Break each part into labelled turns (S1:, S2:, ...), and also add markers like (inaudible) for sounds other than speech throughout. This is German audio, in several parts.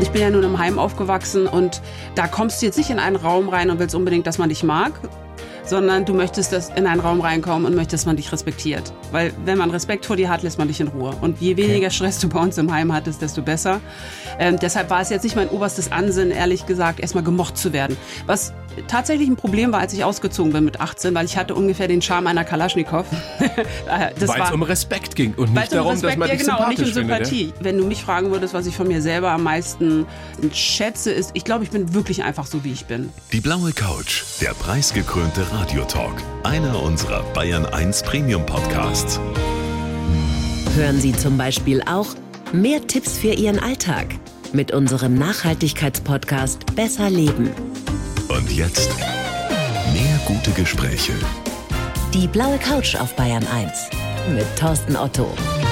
S1: Ich bin ja nun im Heim aufgewachsen und da kommst du jetzt nicht in einen Raum rein und willst unbedingt, dass man dich mag, sondern du möchtest dass in einen Raum reinkommen und möchtest, dass man dich respektiert. Weil wenn man Respekt vor dir hat, lässt man dich in Ruhe. Und je weniger Stress du bei uns im Heim hattest, desto besser. Ähm, deshalb war es jetzt nicht mein oberstes Ansinnen, ehrlich gesagt, erstmal gemocht zu werden. Was tatsächlich ein Problem war, als ich ausgezogen bin mit 18, weil ich hatte ungefähr den Charme einer Kalaschnikow. (laughs) das
S2: Weil es
S1: war-
S2: um Respekt ging und
S1: Weil
S2: nicht
S1: es um
S2: darum,
S1: Respekt,
S2: dass man
S1: ja,
S2: dich
S1: genau,
S2: sympathisch
S1: nicht um
S2: findet.
S1: Sympathie. Wenn du mich fragen würdest, was ich von mir selber am meisten schätze, ist, ich glaube, ich bin wirklich einfach so, wie ich bin.
S3: Die blaue Couch, der preisgekrönte Radiotalk. Einer unserer Bayern 1 Premium Podcasts.
S4: Hören Sie zum Beispiel auch mehr Tipps für Ihren Alltag mit unserem Nachhaltigkeitspodcast Besser Leben.
S3: Und jetzt mehr gute Gespräche.
S4: Die blaue Couch auf Bayern 1 mit Thorsten Otto.
S2: Ja?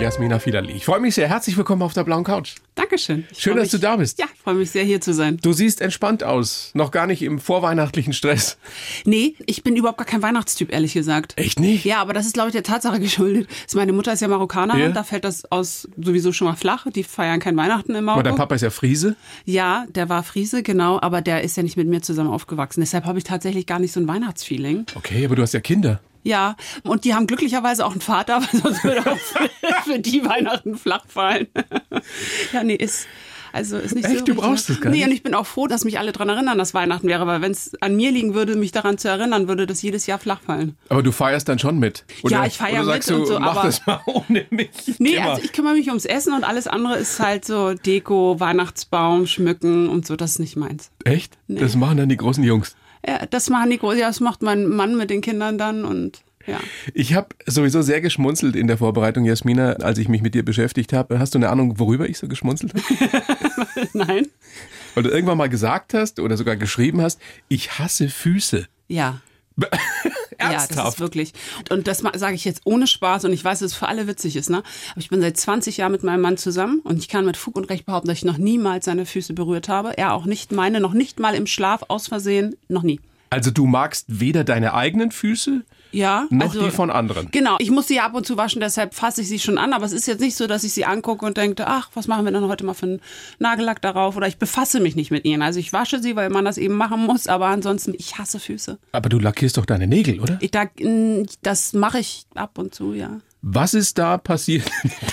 S2: Jasmina Fiederli, ich freue mich sehr. Herzlich willkommen auf der blauen Couch.
S1: Dankeschön. Ich
S2: Schön,
S1: freu
S2: dass
S1: mich,
S2: du da bist.
S1: Ja, ich freue mich sehr, hier zu sein.
S2: Du siehst entspannt aus, noch gar nicht im vorweihnachtlichen Stress.
S1: Nee, ich bin überhaupt gar kein Weihnachtstyp, ehrlich gesagt.
S2: Echt nicht?
S1: Ja, aber das ist, glaube ich, der Tatsache (laughs) geschuldet. Dass Meine Mutter ist ja Marokkanerin,
S2: Ja.
S1: da fällt das aus sowieso schon mal flach. Die feiern kein Weihnachten im Marokko.
S2: Und dein Papa ist ja Friese.
S1: Ja, der war Friese, genau, aber der ist ja nicht mit mir zusammen aufgewachsen. Deshalb habe ich tatsächlich gar nicht so ein Weihnachtsfeeling.
S2: Okay, aber du hast ja Kinder.
S1: Ja, und die haben glücklicherweise auch einen Vater, (laughs) weil sonst würde auch für, für die Weihnachten flach fallen. (laughs) ja, nee, ist. Also ist nicht
S2: Echt?
S1: so
S2: Du brauchst
S1: richtig.
S2: das gar nicht?
S1: Nee, und ich bin auch froh, dass mich alle dran erinnern, dass Weihnachten wäre, weil wenn es an mir liegen würde, mich daran zu erinnern, würde das jedes Jahr flach fallen.
S2: Aber du feierst dann schon mit. Oder,
S1: Ja, ich feier
S2: oder
S1: mit
S2: sagst du,
S1: und so,
S2: mach
S1: aber-
S2: das mal ohne mich.
S1: Nee,
S2: Immer.
S1: also ich kümmere mich ums Essen und alles andere ist halt so Deko, Weihnachtsbaum, Schmücken und so, das ist nicht meins.
S2: Echt? Das machen dann die großen Jungs.
S1: Ja, das machen die Groß, ja, das macht mein Mann mit den Kindern dann und ja. (laughs)
S2: Ich habe sowieso sehr geschmunzelt in der Vorbereitung, Jasmina, als ich mich mit dir beschäftigt habe. Hast du eine Ahnung, worüber ich so geschmunzelt habe?
S1: Nein?
S2: Weil du irgendwann mal gesagt hast oder sogar geschrieben hast, ich hasse Füße.
S1: (laughs) Ja. Ja, das
S2: Ernsthaft?
S1: ist wirklich. Und das ma- sage ich jetzt ohne Spaß und ich weiß, dass es für alle witzig ist, ne? Aber ich bin seit 20 Jahren mit meinem Mann zusammen und ich kann mit Fug und Recht behaupten, dass ich noch niemals seine Füße berührt habe. Er auch nicht meine, noch nicht mal im Schlaf aus Versehen, noch nie.
S2: also du magst weder deine eigenen Füße
S1: Ja,
S2: noch
S1: also,
S2: die von anderen.
S1: Genau, ich muss sie ja ab und zu waschen, deshalb fasse ich sie schon an, aber es ist jetzt nicht so, dass ich sie angucke und denke, ach, was machen wir denn heute mal für einen Nagellack darauf oder ich befasse mich nicht mit ihnen. Also ich wasche sie, weil man das eben machen muss, aber ansonsten, ich hasse Füße.
S2: Aber du lackierst doch deine Nägel, oder?
S1: Ich, da, mm, das mache ich ab und zu, ja.
S2: Was ist da passiert?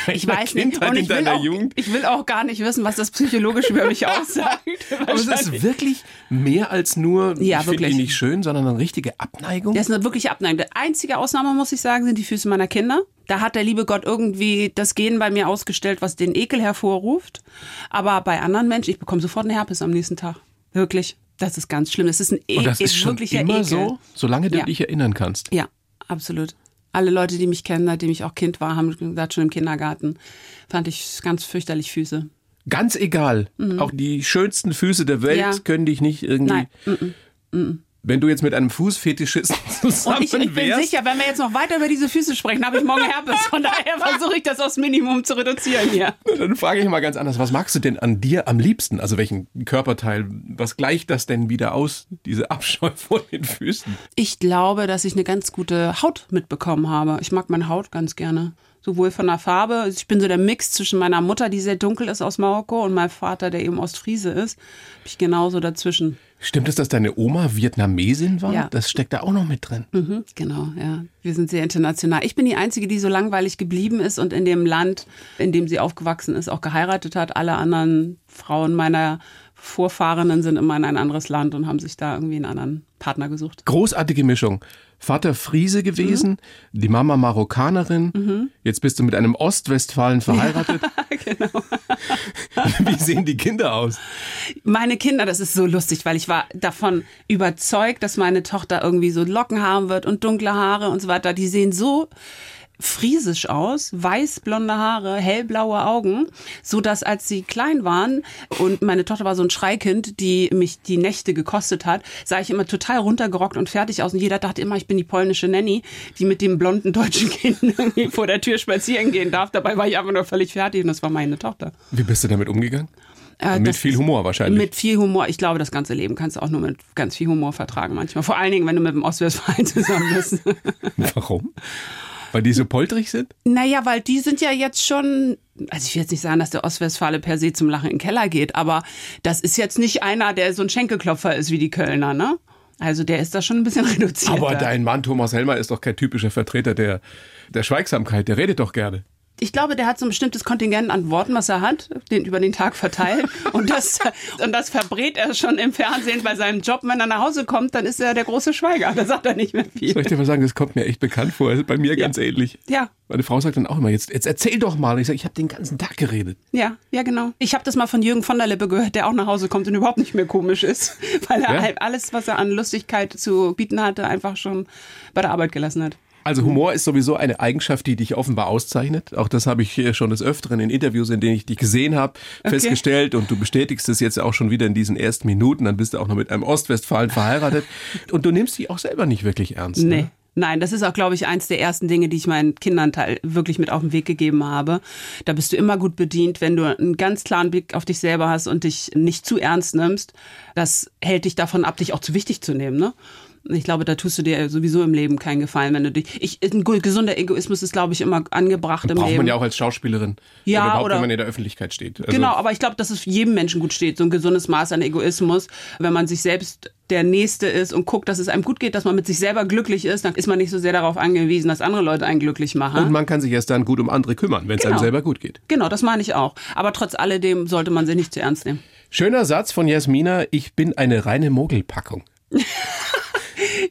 S2: in
S1: Ich
S2: deiner
S1: weiß nicht.
S2: Kindheit,
S1: Und
S2: in
S1: ich will,
S2: deiner
S1: auch,
S2: Jugend.
S1: ich will auch gar nicht wissen, was das psychologisch über
S2: (laughs)
S1: mich aussagt.
S2: Aber es ist wirklich mehr als nur,
S1: Ja,
S2: ich finde
S1: wirklich.
S2: ihn nicht schön, sondern eine richtige Abneigung.
S1: Das ist eine wirkliche Abneigung. Die einzige Ausnahme, muss ich sagen, sind die Füße meiner Kinder. Da hat der liebe Gott irgendwie das Gen bei mir ausgestellt, was den Ekel hervorruft. Aber bei anderen Menschen, ich bekomme sofort einen Herpes am nächsten Tag. Wirklich. Das ist ganz schlimm. Das ist ein e
S2: Und das ist schon
S1: wirklicher
S2: immer
S1: Ekel.
S2: so, solange du
S1: Ja.
S2: dich erinnern kannst.
S1: Ja, absolut. Alle Leute, die mich kennen, seitdem ich auch Kind war, haben gesagt, schon im Kindergarten fand ich ganz fürchterlich Füße.
S2: Ganz egal. Auch die schönsten Füße der Welt
S1: Mhm. Ja.
S2: können dich nicht irgendwie.
S1: Nein. Mhm.
S2: Wenn du jetzt mit einem Fußfetischisten zusammen
S1: Und ich, ich bin
S2: wärst,
S1: sicher, wenn wir jetzt noch weiter über diese Füße sprechen, habe ich morgen Herpes. Von (laughs) daher versuche ich das aufs Minimum zu reduzieren hier.
S2: dann frage ich mal ganz anders, was magst du denn an dir am liebsten? Also welchen Körperteil, was gleicht das denn wieder aus, diese Abscheu (laughs) vor den Füßen?
S1: Ich glaube, dass ich eine ganz gute Haut mitbekommen habe. Ich mag meine Haut ganz gerne. Sowohl von der Farbe, also ich bin so der Mix zwischen meiner Mutter, die sehr dunkel ist aus Marokko, und meinem Vater, der eben Ostfriese ist. Bin ich genauso dazwischen.
S2: Stimmt es, dass deine Oma Vietnamesin war?
S1: Ja.
S2: Das steckt da auch noch mit drin.
S1: Mhm, genau, ja. Wir sind sehr international. Ich bin die Einzige, die so langweilig geblieben ist und in dem Land, in dem sie aufgewachsen ist, auch geheiratet hat. Alle anderen Frauen meiner Vorfahrenen sind immer in ein anderes Land und haben sich da irgendwie einen anderen Partner gesucht. (laughs)
S2: Großartige Mischung. Vater Friese gewesen,
S1: Mhm.
S2: die Mama Marokkanerin. Jetzt bist du mit einem
S1: (laughs)
S2: Ostwestfalen verheiratet.
S1: Genau.
S2: Wie sehen die Kinder aus?
S1: Meine Kinder, das ist so lustig, weil ich war davon überzeugt, dass meine Tochter irgendwie so Locken haben wird und dunkle Haare und so weiter. Die sehen so friesisch aus, weißblonde Haare, hellblaue Augen, so dass als sie klein waren und meine Tochter war so ein Schreikind, die mich die Nächte gekostet hat, sah ich immer total runtergerockt und fertig aus und jeder dachte immer, ich bin die polnische Nanny, die mit dem blonden deutschen Kind (laughs) irgendwie vor der Tür spazieren gehen darf. Dabei war ich einfach nur völlig fertig und das war meine Tochter.
S2: Wie bist du damit umgegangen?
S1: Äh,
S2: Mit
S1: das-
S2: viel Humor wahrscheinlich.
S1: Mit viel Humor. Ich glaube, das ganze Leben kannst du auch nur mit ganz (laughs) viel Humor vertragen manchmal. Vor allen Dingen, wenn du mit dem Ostwestfalen zusammen bist.
S2: Warum? Weil die so polterig sind?
S1: Naja, weil die sind ja jetzt schon, also ich will jetzt nicht sagen, dass der Ostwestfale per se zum Lachen in den Keller geht, aber das ist jetzt nicht einer, der so ein Schenkelklopfer ist wie die Kölner, ne? Also der ist da schon ein bisschen (laughs) reduziert.
S2: Aber dein Mann Thomas Helmer ist doch kein typischer Vertreter der, der Schweigsamkeit. Der redet doch gerne.
S1: ich glaube, der hat so ein bestimmtes Kontingent an Worten, was er hat, den über den Tag verteilt. Und das, und das verbrät er schon im Fernsehen bei seinem Job. Wenn er nach Hause kommt, dann ist er der große Schweiger. Da sagt er nicht mehr
S2: Soll
S1: viel.
S2: ich dir mal sagen, das kommt mir echt bekannt vor. Das ist bei mir ganz ähnlich.
S1: Ja.
S2: Meine Frau sagt dann auch immer, jetzt, jetzt erzähl doch mal. Und ich sage, ich habe den ganzen Tag geredet.
S1: Ja, ja, genau. Ich habe das mal von Jürgen von der Lippe gehört, der auch nach Hause kommt und überhaupt nicht mehr komisch ist, (laughs) weil er
S2: Ja.
S1: halt alles, was er an Lustigkeit zu bieten hatte, einfach schon bei der Arbeit gelassen hat.
S2: Also Humor ist sowieso eine Eigenschaft, die dich offenbar auszeichnet. Auch das habe ich äh, schon des Öfteren in Interviews, in denen ich dich gesehen habe, festgestellt. Und du bestätigst es jetzt auch schon wieder in diesen ersten Minuten. Dann bist du auch noch mit einem
S1: (laughs)
S2: Ostwestfalen verheiratet. Und du nimmst dich auch selber nicht wirklich ernst.
S1: Nee.
S2: Ne?
S1: Nein, das ist auch, glaube ich, eins der ersten Dinge, die ich meinen Kindern teil- wirklich mit auf den Weg gegeben habe. Da bist du immer gut bedient, wenn du einen ganz klaren Blick auf dich selber hast und dich nicht zu ernst nimmst. Das hält dich davon ab, dich auch zu wichtig zu nehmen, ne? Ich glaube, da tust du dir sowieso im Leben keinen Gefallen, wenn du dich. Ich, ein gu- gesunder Egoismus ist, glaube ich, immer angebracht im
S2: Braucht
S1: Leben.
S2: man ja auch als Schauspielerin.
S1: Ja,
S2: überhaupt,
S1: oder-
S2: wenn man in der Öffentlichkeit steht. Also
S1: Genau, aber ich glaube, dass es jedem Menschen gut steht, so ein gesundes Maß an Egoismus. Wenn man sich selbst der Nächste ist und guckt, dass es einem gut geht, dass man mit sich selber glücklich ist, dann ist man nicht so sehr darauf angewiesen, dass andere Leute einen glücklich machen.
S2: Und man kann sich erst dann gut um andere kümmern, wenn es
S1: Ah? Genau.
S2: einem selber gut geht.
S1: genau, das meine ich auch. Aber trotz alledem sollte man sich nicht zu ernst nehmen.
S2: Schöner Satz von Jasmina, ich bin eine reine Mogelpackung.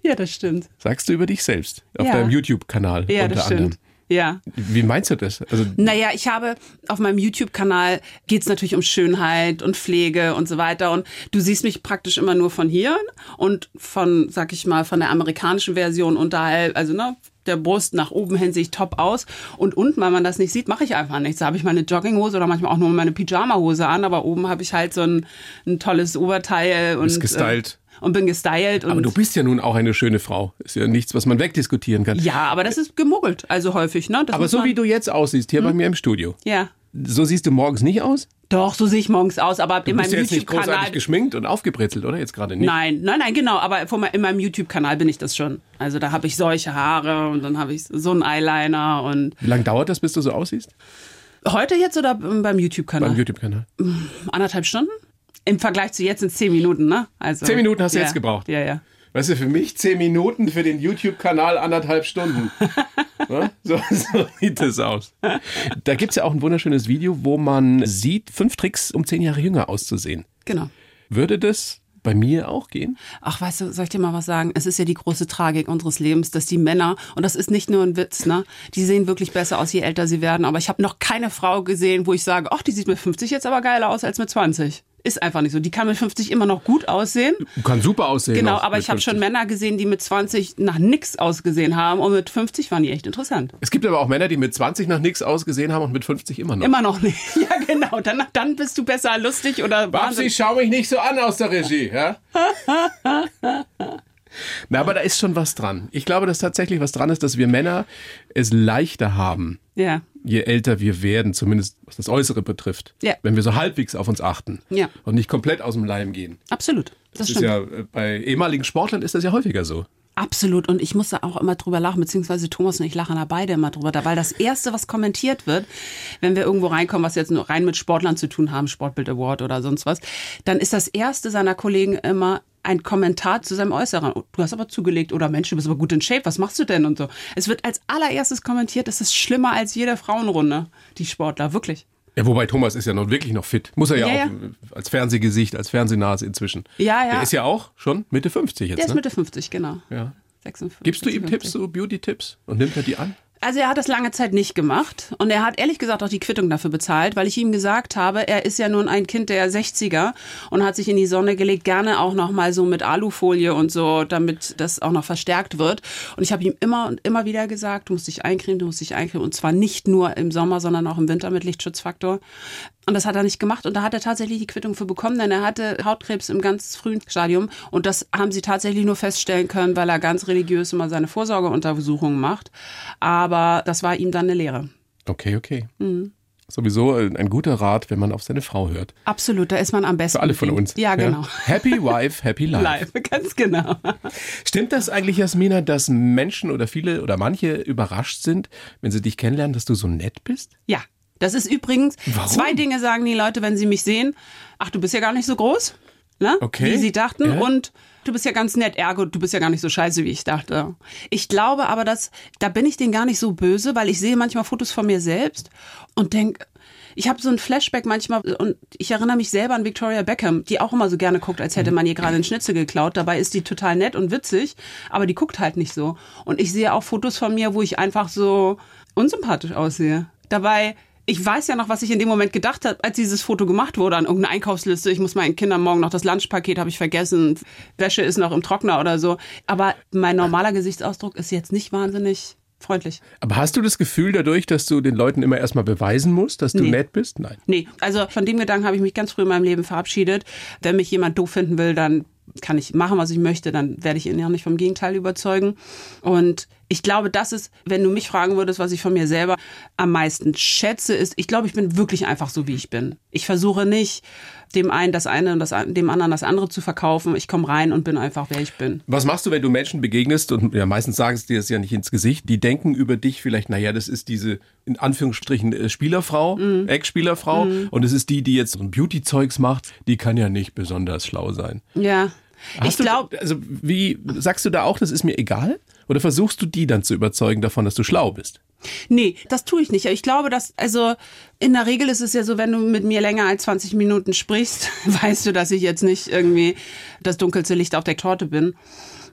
S1: Ja, das stimmt.
S2: Sagst du über dich selbst. Auf
S1: Ja.
S2: deinem YouTube-Kanal
S1: Ja,
S2: unter
S1: das
S2: anderem.
S1: stimmt. Ja.
S2: Wie meinst du das? Also,
S1: Naja, ich habe auf meinem YouTube-Kanal geht's natürlich um Schönheit und Pflege und so weiter. Und du siehst mich praktisch immer nur von hier und von, sag ich mal, von der amerikanischen Version unterhalb, also ne, der Brust nach oben hin sehe ich top aus. Und unten, weil man das nicht sieht, mache ich einfach nichts. Da habe ich meine Jogginghose oder manchmal auch nur meine Pyjamahose an, aber oben habe ich halt so ein, ein tolles Oberteil und.
S2: Bist gestylt.
S1: äh, Und bin gestylt. Und
S2: aber du bist ja nun auch eine schöne Frau. Ist ja nichts, was man wegdiskutieren kann.
S1: ja, aber das ist gemuggelt, also häufig, ne? Das
S2: aber
S1: muss
S2: so
S1: man, Hm?
S2: wie du jetzt aussiehst, hier bei mir im Studio,
S1: Ja.
S2: so siehst du morgens nicht aus?
S1: Doch, so sehe ich morgens aus, aber in
S2: Du
S1: meinem
S2: bist ja jetzt nicht großartig
S1: YouTube-Kanal
S2: geschminkt und aufgebrezelt, oder? Jetzt gerade nicht.
S1: Nein, nein, nein, genau. Aber vor me- in meinem YouTube-Kanal bin ich das schon. Also da habe ich solche Haare und dann habe ich so einen Eyeliner und
S2: Wie lange dauert das, bis du so aussiehst?
S1: heute jetzt oder b- beim YouTube-Kanal?
S2: Beim YouTube-Kanal.
S1: Anderthalb Stunden? Im Vergleich zu jetzt sind zehn Minuten, ne? Also
S2: Zehn Minuten hast du
S1: ja,
S2: jetzt gebraucht.
S1: Ja, ja.
S2: Weißt du, für mich zehn Minuten, für den YouTube-Kanal anderthalb (laughs) Stunden. Ne? so, so sieht das aus. Da gibt es ja auch ein wunderschönes Video, wo man sieht, fünf Tricks, um zehn Jahre jünger auszusehen.
S1: Genau.
S2: Würde das bei mir auch gehen?
S1: Ach, weißt du, soll ich dir mal was sagen? Es ist ja die große Tragik unseres Lebens, dass die Männer, und das ist nicht nur ein Witz, ne? Die sehen wirklich besser aus, je älter sie werden. Aber ich habe noch keine Frau gesehen, wo ich sage, ach, die sieht mit 50 jetzt aber geiler aus als mit 20. Ist einfach nicht so. Die kann mit 50 immer noch gut aussehen.
S2: Kann super aussehen.
S1: Genau,
S2: auf-
S1: aber
S2: mit
S1: ich habe schon
S2: 50.
S1: Männer gesehen, die mit 20 nach nix ausgesehen haben und mit 50 waren die echt interessant.
S2: Es gibt aber auch Männer, die mit 20 nach nichts ausgesehen haben und mit 50 immer noch.
S1: Immer noch nicht. (laughs) Ja, genau. Dann, dann bist du besser lustig oder wahnsinnig.
S2: schau mich nicht so an aus der Regie, (laughs) ja? Na, aber da ist schon was dran. Ich glaube, dass tatsächlich was dran ist, dass wir Männer es leichter haben,
S1: Ja.
S2: je älter wir werden, zumindest was das Äußere betrifft.
S1: Ja.
S2: Wenn wir so halbwegs auf uns achten
S1: Ja.
S2: und nicht komplett aus dem Leim gehen.
S1: Absolut. Das,
S2: ist
S1: stimmt.
S2: ja äh, bei ehemaligen Sportlern ist das ja häufiger so.
S1: Absolut. Und ich muss da auch immer drüber lachen, beziehungsweise Thomas und ich lachen da beide immer drüber, da, weil das Erste, was kommentiert wird, wenn wir irgendwo reinkommen, was jetzt nur rein mit Sportlern zu tun haben, Sportbild Award oder sonst was, dann ist das Erste seiner Kollegen immer ein Kommentar zu seinem Äußeren. Oh, Du hast aber zugelegt oder Mensch, du bist aber gut in Shape, was machst du denn und so. Es wird als allererstes kommentiert, es ist schlimmer als jede Frauenrunde, die Sportler, wirklich.
S2: Ja, wobei Thomas ist ja noch wirklich noch fit. Muss er ja,
S1: Ja, ja.
S2: auch äh, als Fernsehgesicht, als Fernsehnase inzwischen.
S1: Ja, ja.
S2: Der ist ja auch schon Mitte 50 jetzt.
S1: Der ist
S2: ne?
S1: Mitte 50, genau.
S2: Ja.
S1: 56,
S2: Gibst du ihm
S1: 56.
S2: Tipps, so Beauty-Tipps? Und nimmt er die an?
S1: Also er hat das lange Zeit nicht gemacht und er hat ehrlich gesagt auch die Quittung dafür bezahlt, weil ich ihm gesagt habe, er ist ja nun ein Kind der 60er und hat sich in die Sonne gelegt, gerne auch noch mal so mit Alufolie und so, damit das auch noch verstärkt wird. Und ich habe ihm immer und immer wieder gesagt, du musst dich eincremen, du musst dich eincremen und zwar nicht nur im Sommer, sondern auch im Winter mit Lichtschutzfaktor. Und das hat er nicht gemacht und da hat er tatsächlich die Quittung für bekommen, denn er hatte Hautkrebs im ganz frühen Stadium und das haben sie tatsächlich nur feststellen können, weil er ganz religiös immer seine Vorsorgeuntersuchungen macht. Aber das war ihm dann eine Lehre.
S2: Okay, okay. sowieso ein guter Rat, wenn man auf seine Frau hört.
S1: Absolut, da ist man am besten.
S2: Für alle von uns.
S1: Ja, genau.
S2: Happy
S1: (laughs)
S2: Wife, Happy Life.
S1: Live, ganz genau.
S2: Stimmt das eigentlich, Jasmina, dass Menschen oder viele oder manche überrascht sind, wenn sie dich kennenlernen, dass du so nett bist?
S1: Ja, das ist übrigens,
S2: Warum?
S1: zwei Dinge sagen die Leute, wenn sie mich sehen. Ach, du bist ja gar nicht so groß, ne?
S2: Okay.
S1: wie sie dachten.
S2: Ja.
S1: Und du bist ja ganz nett, ergo, du bist ja gar nicht so scheiße, wie ich dachte. Ich glaube aber, dass, da bin ich denen gar nicht so böse, weil ich sehe manchmal Fotos von mir selbst und denke, ich habe so ein Flashback manchmal und ich erinnere mich selber an Victoria Beckham, die auch immer so gerne guckt, als hätte man ihr gerade einen Schnitzel geklaut. Dabei ist die total nett und witzig, aber die guckt halt nicht so. Und ich sehe auch Fotos von mir, wo ich einfach so unsympathisch aussehe. Dabei, ich weiß ja noch, was ich in dem Moment gedacht habe, als dieses Foto gemacht wurde an irgendeiner Einkaufsliste. Ich muss meinen Kindern morgen noch das Lunchpaket, habe ich vergessen. Wäsche ist noch im Trockner oder so. Aber mein normaler Gesichtsausdruck ist jetzt nicht wahnsinnig freundlich.
S2: Aber hast du das Gefühl dadurch, dass du den Leuten immer erstmal beweisen musst, dass du
S1: Nee.
S2: nett bist? Nein.
S1: Nee, also von dem Gedanken habe ich mich ganz früh in meinem Leben verabschiedet. Wenn mich jemand doof finden will, dann kann ich machen, was ich möchte, dann werde ich ihn ja nicht vom Gegenteil überzeugen. Und ich glaube, das ist, wenn du mich fragen würdest, was ich von mir selber am meisten schätze, ist, ich glaube, ich bin wirklich einfach so, wie ich bin. Ich versuche nicht, dem einen das eine und das, an- dem anderen das andere zu verkaufen. Ich komme rein und bin einfach, wer ich bin.
S2: Was machst du, wenn du Menschen begegnest und ja, meistens sagen sie dir das ja nicht ins Gesicht, die denken über dich vielleicht, naja, das ist diese in Anführungsstrichen äh, Spielerfrau,
S1: Mhm.
S2: Ex-Spielerfrau und es ist die, die jetzt so ein Beauty-Zeugs macht, die kann ja nicht besonders schlau sein.
S1: Ja. ich
S2: Hast du-
S1: glaube,
S2: also wie sagst du da auch, das ist mir egal? Oder versuchst du die dann zu überzeugen davon, dass du schlau bist?
S1: Nee, das tue ich nicht. Ich glaube, dass, also in der Regel ist es ja so, wenn du mit mir länger als 20 Minuten sprichst, (laughs) weißt du, dass ich jetzt nicht irgendwie das dunkelste Licht auf der Torte bin.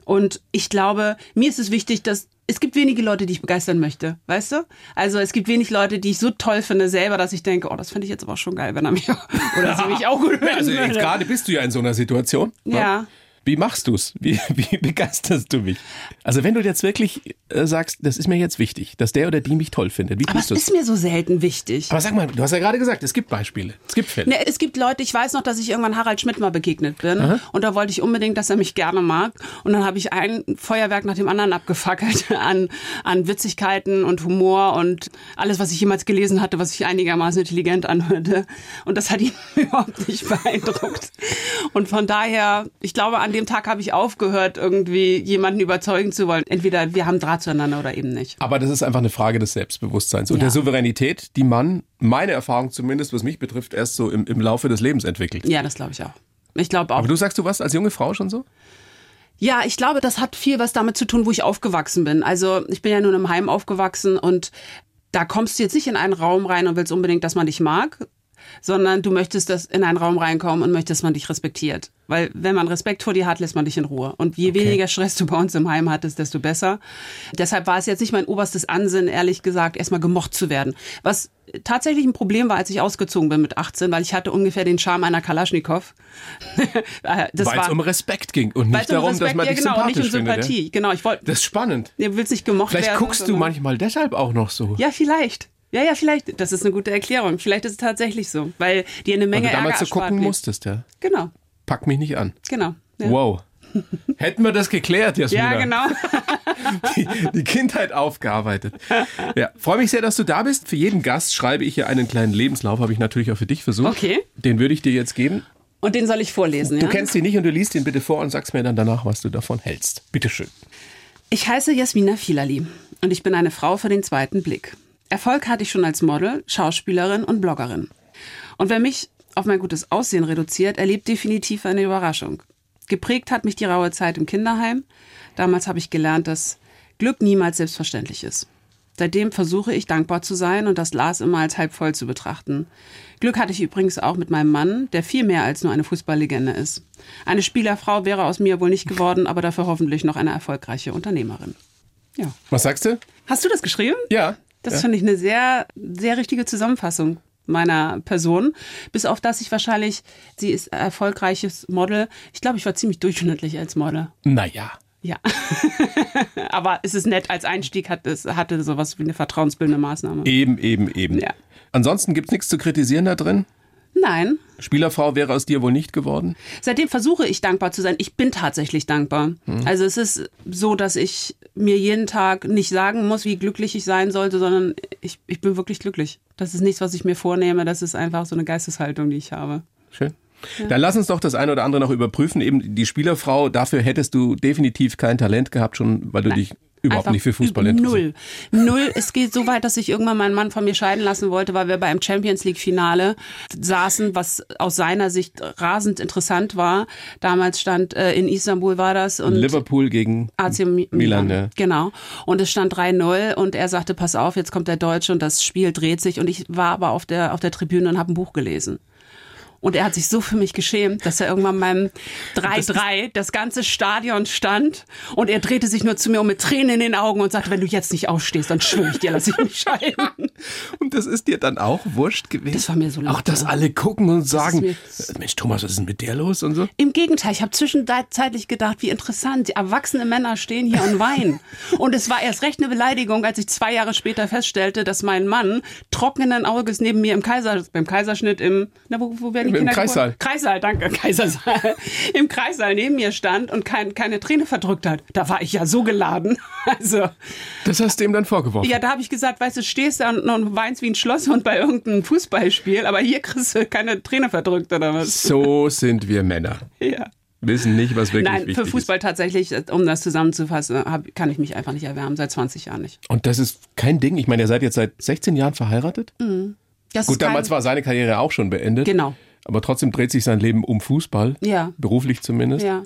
S1: Und ich glaube, mir ist es wichtig, dass es gibt wenige Leute, die ich begeistern möchte, weißt du? Also es gibt wenig Leute, die ich so toll finde selber, dass ich denke, oh, das finde ich jetzt aber schon geil, wenn er mich (laughs) oder sie mich auch gut
S2: Ja, also
S1: finden
S2: jetzt
S1: würde.
S2: gerade bist du ja in so einer Situation. ne?
S1: Ja.
S2: Wie machst du's? Wie, (laughs) wie begeisterst du mich? Also wenn du jetzt wirklich äh, sagst, das ist mir jetzt wichtig, dass der oder die mich toll findet, wie
S1: Aber
S2: tust
S1: es
S2: du's?
S1: ist mir so selten wichtig.
S2: Aber sag mal, du hast ja gerade gesagt, es gibt Beispiele, es gibt Fälle.
S1: Ne, es gibt Leute, ich weiß noch, dass ich irgendwann Harald Schmidt mal begegnet bin und da wollte ich unbedingt, dass er mich gerne mag und dann habe ich ein Feuerwerk nach dem anderen abgefackelt (laughs) an, an Witzigkeiten und Humor und alles, was ich jemals gelesen hatte, was sich einigermaßen intelligent anhörte und das hat ihn (laughs) überhaupt nicht beeindruckt und von daher, ich glaube, an dem Tag habe ich aufgehört, irgendwie jemanden überzeugen zu wollen. Entweder wir haben Draht zueinander oder eben nicht.
S2: Aber das ist einfach eine Frage des Selbstbewusstseins und
S1: Ja.
S2: der Souveränität, die man, meine Erfahrung zumindest, was mich betrifft, erst so im, im Laufe des Lebens entwickelt.
S1: Ja, das glaube ich auch. Ich glaube auch.
S2: Aber du sagst, du warst als junge Frau schon so?
S1: Ja, ich glaube, das hat viel was damit zu tun, wo ich aufgewachsen bin. Also ich bin ja nun im Heim aufgewachsen und da kommst du jetzt nicht in einen Raum rein und willst unbedingt, dass man dich mag, sondern du möchtest dass in einen Raum reinkommen und möchtest, dass man dich respektiert. Weil wenn man Respekt vor dir hat, lässt man dich in Ruhe. Und je weniger Stress du bei uns im Heim hattest, desto besser. Deshalb war es jetzt nicht mein oberstes Ansinnen, ehrlich gesagt, erstmal gemocht zu werden. Was tatsächlich ein Problem war, als ich ausgezogen bin mit 18, weil ich hatte ungefähr den Charme einer Kalaschnikow. (laughs) Äh, Das
S2: Weil es
S1: war-
S2: um Respekt ging und
S1: weil
S2: nicht
S1: es um
S2: darum,
S1: Respekt,
S2: dass man
S1: ja,
S2: dich
S1: genau,
S2: sympathisch
S1: nicht um
S2: findet.
S1: Sympathie.
S2: Ja?
S1: Genau, ich wollte,
S2: Das ist spannend.
S1: ihr willst nicht gemocht
S2: Vielleicht
S1: werden.
S2: guckst du
S1: sondern-
S2: manchmal deshalb auch noch so.
S1: Ja, vielleicht. Ja, ja, vielleicht. Das ist eine gute Erklärung. Vielleicht ist es tatsächlich so, weil dir eine
S2: Weil
S1: Menge
S2: du damals
S1: Ärger
S2: so
S1: erspart
S2: gucken
S1: blieb.
S2: musstest, ja.
S1: Genau,
S2: Pack mich nicht an.
S1: genau. Ja, (laughs)
S2: Wow. Hätten wir das geklärt, Jasmina.
S1: ja genau.
S2: (laughs) Die, die Kindheit aufgearbeitet. Ja, freue mich sehr, dass du da bist. Für jeden Gast schreibe ich hier einen kleinen Lebenslauf, habe ich natürlich auch für dich versucht.
S1: Okay.
S2: Den würde ich dir jetzt geben.
S1: Und den soll ich vorlesen,
S2: Du
S1: ja?
S2: kennst ihn nicht und du liest ihn bitte vor und sagst mir dann danach, was du davon hältst. Bitteschön.
S1: Ich heiße Jasmina Filali und ich bin eine Frau für den zweiten Blick. Erfolg hatte ich schon als Model, Schauspielerin und Bloggerin. Und wer mich auf mein gutes Aussehen reduziert, erlebt definitiv eine Überraschung. Geprägt hat mich die raue Zeit im Kinderheim. Damals habe ich gelernt, dass Glück niemals selbstverständlich ist. Seitdem versuche ich dankbar zu sein und das Glas immer als halb voll zu betrachten. Glück hatte ich übrigens auch mit meinem Mann, der viel mehr als nur eine Fußballlegende ist. Eine Spielerfrau wäre aus mir wohl nicht geworden, aber dafür hoffentlich noch eine erfolgreiche Unternehmerin. Ja.
S2: Was sagst du?
S1: Hast du das geschrieben?
S2: Ja.
S1: Das
S2: ja.
S1: finde ich eine sehr, sehr richtige Zusammenfassung meiner Person. Bis auf das ich wahrscheinlich, sie ist erfolgreiches Model. Ich glaube, ich war ziemlich durchschnittlich als Model.
S2: Naja.
S1: Ja. (laughs) Aber es ist nett, als Einstieg hat es, hatte sowas wie eine vertrauensbildende Maßnahme.
S2: Eben, eben, eben.
S1: Ja.
S2: Ansonsten gibt es nichts zu kritisieren da drin.
S1: Nein.
S2: Spielerfrau wäre aus dir wohl nicht geworden?
S1: Seitdem versuche ich dankbar zu sein. Ich bin tatsächlich dankbar. Also es ist so, dass ich mir jeden Tag nicht sagen muss, wie glücklich ich sein sollte, sondern ich, ich bin wirklich glücklich. Das ist nichts, was ich mir vornehme. Das ist einfach so eine Geisteshaltung, die ich habe.
S2: Schön. Dann lass uns doch das eine oder andere noch überprüfen. Eben die Spielerfrau, dafür hättest du definitiv kein Talent gehabt, schon weil du dich überhaupt
S1: Einfach
S2: nicht für Fußball
S1: üb-
S2: interessierst.
S1: Null. Null. Es geht so weit, dass ich irgendwann meinen Mann von mir scheiden lassen wollte, weil wir beim Champions League Finale saßen, was aus seiner Sicht rasend interessant war. Damals stand, äh, in Istanbul war das und
S2: Liverpool gegen
S1: AC Mi-
S2: Milan, ja.
S1: Genau. Und es stand 3-0 und er sagte, pass auf, jetzt kommt der Deutsche und das Spiel dreht sich. Und ich war aber auf der, auf der Tribüne und habe ein Buch gelesen. Und er hat sich so für mich geschämt, dass er irgendwann
S2: (laughs)
S1: beim 3-3 das, ganze Stadion stand und er drehte sich nur zu mir um mit Tränen in den Augen und sagte, wenn du jetzt nicht ausstehst, dann schwöre ich dir, lass ich mich (laughs) scheiden.
S2: Und das ist dir dann auch wurscht gewesen.
S1: Das war mir so
S2: Auch
S1: latte.
S2: dass alle gucken und sagen, "Äh,
S1: ist
S2: Mensch Thomas, was ist denn mit der los und so?
S1: Im Gegenteil, ich habe zwischenzeitlich gedacht, wie interessant, die erwachsene Männer stehen hier und weinen. Und es war erst recht eine Beleidigung, als ich zwei Jahre später feststellte, dass mein Mann trockenen Auges neben mir im Kaiser, beim Kaiserschnitt im, na, wo, wo werden die
S2: Im- im
S1: Kinder
S2: Kreissaal.
S1: Geboren? Kreissaal, danke, Kaisersaal. Im Kreissaal neben mir stand und kein, keine Träne verdrückt hat. Da war ich ja so geladen. (laughs) Also,
S2: Das hast du ihm dann vorgeworfen.
S1: ja, da habe ich gesagt, weißt du, stehst da und, und weinst wie ein Schlosshund bei irgendeinem Fußballspiel, aber hier kriegst du keine Träne verdrückt oder was.
S2: So sind wir Männer.
S1: Ja.
S2: Wissen nicht, was wirklich
S1: Nein,
S2: wichtig
S1: für Fußball tatsächlich, um das zusammenzufassen, hab, kann ich mich einfach nicht erwärmen, seit 20 Jahren nicht.
S2: ist. Und das ist kein Ding. Ich meine, ihr seid jetzt seit 16 Jahren verheiratet.
S1: Das ist
S2: Gut, damals
S1: kein-
S2: war seine Karriere auch schon beendet.
S1: Genau.
S2: Aber trotzdem dreht sich sein Leben um Fußball.
S1: Ja.
S2: Beruflich zumindest.
S1: Ja.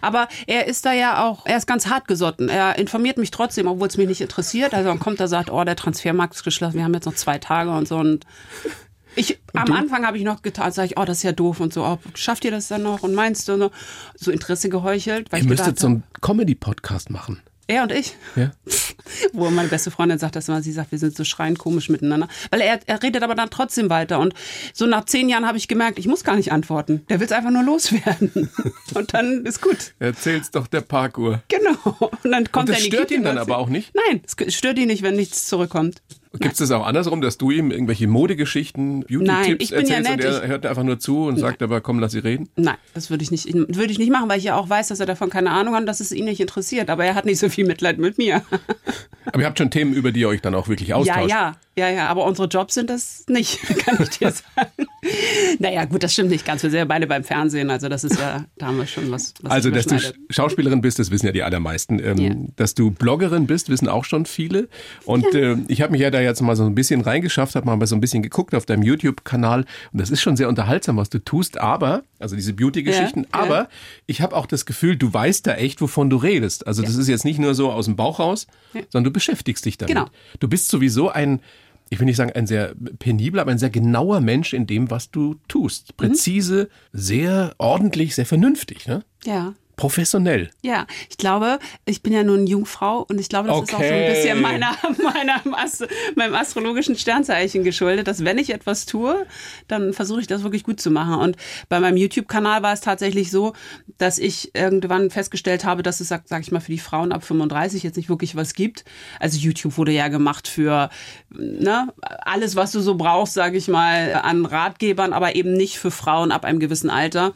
S1: Aber er ist da ja auch, er ist ganz hart gesotten. Er informiert mich trotzdem, obwohl es mich nicht interessiert. Also dann kommt er sagt, oh, der Transfermarkt ist geschlossen, wir haben jetzt noch zwei Tage und so. Und
S2: (laughs)
S1: ich, am Anfang habe ich noch getan, sage ich, oh, das ist ja doof und so, oh, schafft ihr das dann noch und meinst du noch? So Interesse geheuchelt, weil
S2: Ihr
S1: ich
S2: müsstet
S1: gedacht
S2: so einen Comedy-Podcast machen.
S1: hab, er und ich.
S2: Ja.
S1: (laughs) Wo meine beste Freundin sagt das immer, sie sagt, wir sind so schreiend komisch miteinander. Weil er, er redet aber dann trotzdem weiter. Und so nach zehn Jahren habe ich gemerkt, ich muss gar nicht antworten. Der will es einfach nur loswerden. (laughs) Und dann ist gut.
S2: Erzähl's doch der Parkuhr.
S1: Genau. Und dann kommt
S2: Und das
S1: er in die
S2: stört
S1: Küche
S2: ihn dann
S1: und-
S2: aber auch nicht?
S1: Nein, es stört ihn nicht, wenn nichts zurückkommt.
S2: Gibt es das auch andersrum, dass du ihm irgendwelche Modegeschichten,
S1: Nein,
S2: Beauty-Tipps
S1: ich bin ja
S2: erzählst und
S1: nett,
S2: er hört einfach nur zu und sagt aber, komm, lass sie reden?
S1: Nein, das würde ich nicht, würde ich nicht machen, weil ich ja auch weiß, dass er davon keine Ahnung hat und dass es ihn nicht interessiert. Aber er hat nicht so viel Mitleid mit mir. (laughs)
S2: Aber ihr habt schon Themen, über die ihr euch dann auch wirklich austauscht.
S1: Ja, ja, ja, ja. Aber unsere Jobs sind das nicht, (laughs) kann ich dir sagen. naja, gut, das stimmt nicht ganz. Wir sind ja beide beim Fernsehen, also das ist ja, da haben wir schon was. was
S2: Also, dass du Sch-
S1: überschneidet.
S2: Schauspielerin bist, das wissen ja die allermeisten. Ähm,
S1: Ja.
S2: Dass du Bloggerin bist, wissen auch schon viele. Und ähm, ich habe mich ja da jetzt mal so ein bisschen reingeschafft, habe mal so ein bisschen geguckt auf deinem YouTube-Kanal. Und das ist schon sehr unterhaltsam, was du tust. Aber, also diese Beauty-Geschichten,
S1: Ja, ja.
S2: aber ich habe auch das Gefühl, du weißt da echt, wovon du redest. Also, das ist jetzt nicht nur so aus dem Bauch raus, sondern du beschäftigst dich damit.
S1: Genau.
S2: Du bist sowieso ein. Ich will nicht sagen, ein sehr penibler, aber ein sehr genauer Mensch in dem, was du tust.
S1: Mhm.
S2: Präzise, sehr ordentlich, sehr vernünftig. Ne?
S1: ja.
S2: Professionell.
S1: Ja, ich glaube, ich bin ja nur eine Jungfrau und ich glaube, das ist auch so ein
S2: Okay.
S1: bisschen meiner, (laughs) meiner, Ast- meinem astrologischen Sternzeichen geschuldet, dass wenn ich etwas tue, dann versuche ich das wirklich gut zu machen. Und bei meinem YouTube-Kanal war es tatsächlich so, dass ich irgendwann festgestellt habe, dass es, sag, sag ich mal, für die Frauen ab 35 jetzt nicht wirklich was gibt. Also YouTube wurde ja gemacht für ne, alles, was du so brauchst, sage ich mal, an Ratgebern, aber eben nicht für Frauen ab einem gewissen Alter.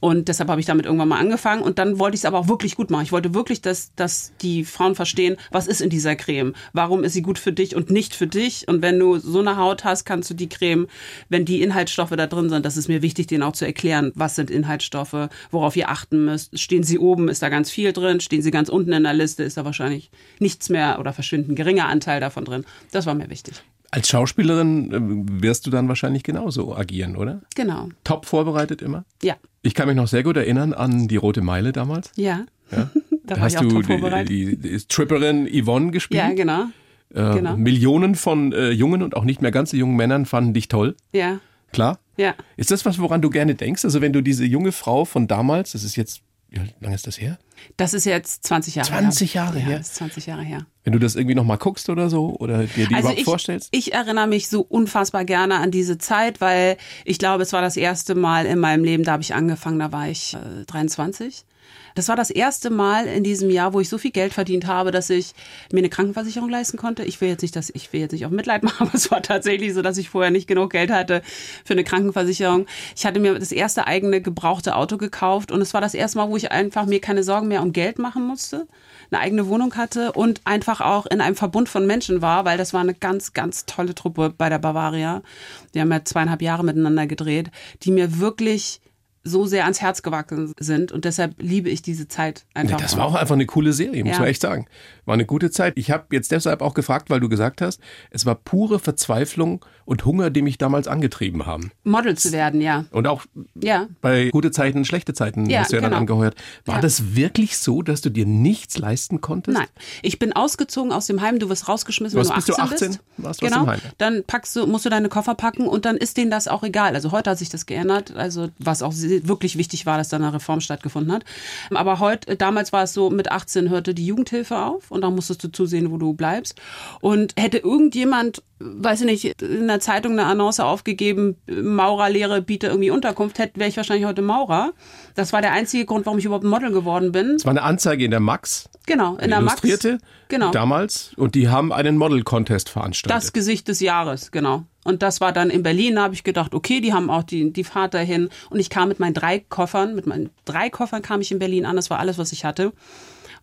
S1: Und deshalb habe ich damit irgendwann mal angefangen. Und dann wollte ich es aber auch wirklich gut machen. Ich wollte wirklich, dass, dass die Frauen verstehen, was ist in dieser Creme? Warum ist sie gut für dich und nicht für dich? Und wenn du so eine Haut hast, kannst du die Creme, wenn die Inhaltsstoffe da drin sind, das ist mir wichtig, denen auch zu erklären, was sind Inhaltsstoffe, worauf ihr achten müsst. Stehen sie oben, ist da ganz viel drin. Stehen sie ganz unten in der Liste, ist da wahrscheinlich nichts mehr oder verschwindend geringer Anteil davon drin. Das war mir wichtig.
S2: Als Schauspielerin ähm, wirst du dann wahrscheinlich genauso agieren, oder?
S1: Genau.
S2: Top vorbereitet immer.
S1: Ja.
S2: Ich kann mich noch sehr gut erinnern an die Rote Meile damals.
S1: Ja. (laughs) da war
S2: hast
S1: ich auch
S2: du
S1: top
S2: die,
S1: vorbereitet.
S2: die, die Tripperin Yvonne gespielt.
S1: ja, genau.
S2: Äh,
S1: genau.
S2: Millionen von äh, jungen und auch nicht mehr ganz so jungen Männern fanden dich toll.
S1: Ja.
S2: Klar.
S1: Ja.
S2: Ist das was, woran du gerne denkst? Also wenn du diese junge Frau von damals, das ist jetzt, wie lange ist das her?
S1: Das ist jetzt 20 Jahre
S2: 20
S1: her.
S2: Jahre
S1: ja,
S2: her.
S1: Das ist 20 Jahre her.
S2: Wenn du das irgendwie nochmal guckst oder so oder dir die überhaupt
S1: Also ich,
S2: vorstellst?
S1: ich erinnere mich so unfassbar gerne an diese Zeit, weil ich glaube, es war das erste Mal in meinem Leben, da habe ich angefangen, da war ich äh, 23. Das war das erste Mal in diesem Jahr, wo ich so viel Geld verdient habe, dass ich mir eine Krankenversicherung leisten konnte. Ich will jetzt nicht, dass ich will jetzt nicht auf Mitleid machen, (laughs) aber es war tatsächlich so, dass ich vorher nicht genug Geld hatte für eine Krankenversicherung. Ich hatte mir das erste eigene gebrauchte Auto gekauft und es war das erste Mal, wo ich einfach mir keine Sorgen mehr um Geld machen musste, eine eigene Wohnung hatte und einfach auch in einem Verbund von Menschen war, weil das war eine ganz, ganz tolle Truppe bei der Bavaria. Wir haben ja zweieinhalb Jahre miteinander gedreht, die mir wirklich so sehr ans Herz gewachsen sind und deshalb liebe ich diese Zeit
S2: Nee,
S1: einfach.
S2: das war auch einfach eine coole Serie, muss
S1: Ja.
S2: man echt sagen. War eine gute Zeit. Ich habe jetzt deshalb auch gefragt, weil du gesagt hast, es war pure Verzweiflung und Hunger, die mich damals angetrieben haben.
S1: Model zu werden, ja.
S2: Und auch
S1: Ja.
S2: bei gute Zeiten, schlechte Zeiten
S1: Ja,
S2: hast du ja dann
S1: genau.
S2: angeheuert. War
S1: Ja.
S2: das wirklich so, dass du dir nichts leisten konntest?
S1: Nein, ich bin ausgezogen aus dem Heim. Du wirst rausgeschmissen,
S2: Was
S1: wenn du
S2: bist du,
S1: 18
S2: 18?
S1: bist.
S2: Warst du aus
S1: genau.
S2: dem Heim, ja.
S1: Dann packst du, musst du deine Koffer packen und dann ist denen das auch egal. Also heute hat sich das geändert. Also was auch se- wirklich wichtig war, dass da eine Reform stattgefunden hat. Aber heute, damals war es so, mit 18 hörte die Jugendhilfe auf und dann musstest du zusehen, wo du bleibst. Und hätte irgendjemand weiß ich nicht, in der Zeitung eine Annonce aufgegeben, Maurerlehre biete irgendwie Unterkunft, hätte, wäre ich wahrscheinlich heute Maurer. Das war der einzige Grund, warum ich überhaupt Model geworden bin.
S2: Es war eine Anzeige in der Max,
S1: Genau, in
S2: eine
S1: der Max.
S2: Illustrierte,
S1: Genau.
S2: damals. Und die haben einen Model-Contest veranstaltet.
S1: Das Gesicht des Jahres, genau. Und das war dann in Berlin, da habe ich gedacht, okay, die haben auch die, die Fahrt dahin. Und ich kam mit meinen drei Koffern, mit meinen drei Koffern kam ich in Berlin an, das war alles, was ich hatte.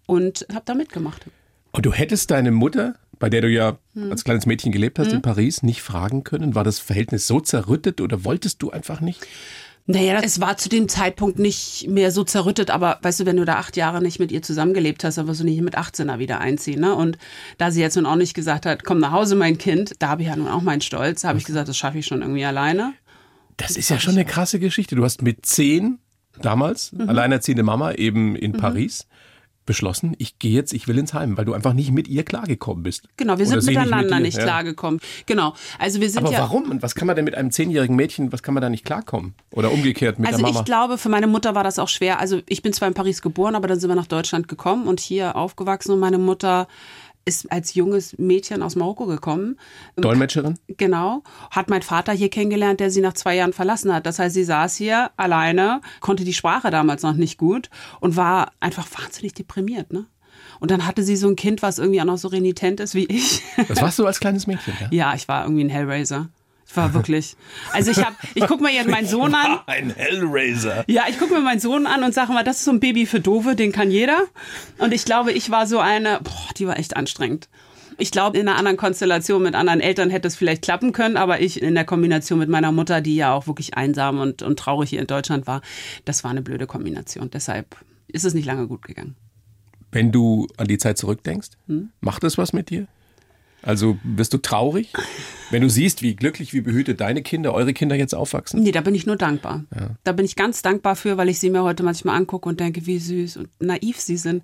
S1: Und habe da mitgemacht.
S2: Und du hättest deine Mutter, bei der du ja
S1: Hm.
S2: als kleines Mädchen gelebt hast in Paris, nicht fragen können? War das Verhältnis so zerrüttet oder wolltest du einfach nicht?
S1: Naja, das- es war zu dem Zeitpunkt nicht mehr so zerrüttet, aber weißt du, wenn du da acht Jahre nicht mit ihr zusammengelebt hast, dann wirst du nicht mit 18er wieder einziehen. Ne? Und da sie jetzt nun auch nicht gesagt hat, komm nach Hause, mein Kind, da habe ich ja nun auch meinen Stolz, habe ich gesagt, das schaffe ich schon irgendwie alleine.
S2: Das ist ja schon eine krasse Geschichte. Du hast mit zehn damals,
S1: Mhm.
S2: alleinerziehende Mama, eben in Paris, beschlossen, ich gehe jetzt, ich will ins Heim, weil du einfach nicht mit ihr klargekommen bist.
S1: Genau, wir sind
S2: Oder sie mit
S1: miteinander
S2: dir,
S1: nicht,
S2: ja.
S1: klargekommen. Genau, also wir sind
S2: Aber
S1: ja...
S2: warum? Und was kann man denn mit einem zehnjährigen Mädchen, was kann man da nicht klarkommen? Oder umgekehrt mit
S1: also
S2: der Mama?
S1: ich glaube, für meine Mutter war das auch schwer. Also ich bin zwar in Paris geboren, aber dann sind wir nach Deutschland gekommen und hier aufgewachsen und meine Mutter ist als junges Mädchen aus Marokko gekommen.
S2: Dolmetscherin?
S1: Genau. Hat mein Vater hier kennengelernt, der sie nach zwei Jahren verlassen hat. Das heißt, sie saß hier alleine, konnte die Sprache damals noch nicht gut und war einfach wahnsinnig deprimiert, ne? Und dann hatte sie so ein Kind, was irgendwie auch noch so renitent ist wie ich. (laughs)
S2: Das warst du als kleines Mädchen, ja?
S1: Ja, ich war irgendwie ein Hellraiser. Ich war wirklich. Also ich hab, ich guck mal jetzt meinen Sohn an.
S2: (laughs) Ein Hellraiser.
S1: (laughs) Ja, ich gucke mir meinen Sohn an und sage mal, das ist so ein Baby für Dove, den kann jeder. Und ich glaube, ich war so eine, boah, die war echt anstrengend. Ich glaube, in einer anderen Konstellation mit anderen Eltern hätte es vielleicht klappen können, aber ich in der Kombination mit meiner Mutter, die ja auch wirklich einsam und, und traurig hier in Deutschland war, das war eine blöde Kombination. Deshalb ist es nicht lange gut gegangen.
S2: Wenn du an die Zeit zurückdenkst,
S1: Hm?
S2: macht das was mit dir? Also bist du traurig, wenn du siehst, wie glücklich, wie behütet deine Kinder, eure Kinder jetzt aufwachsen?
S1: Nee, da bin ich nur dankbar. Da bin ich ganz dankbar für, weil ich sie mir heute manchmal angucke und denke, wie süß und naiv sie sind.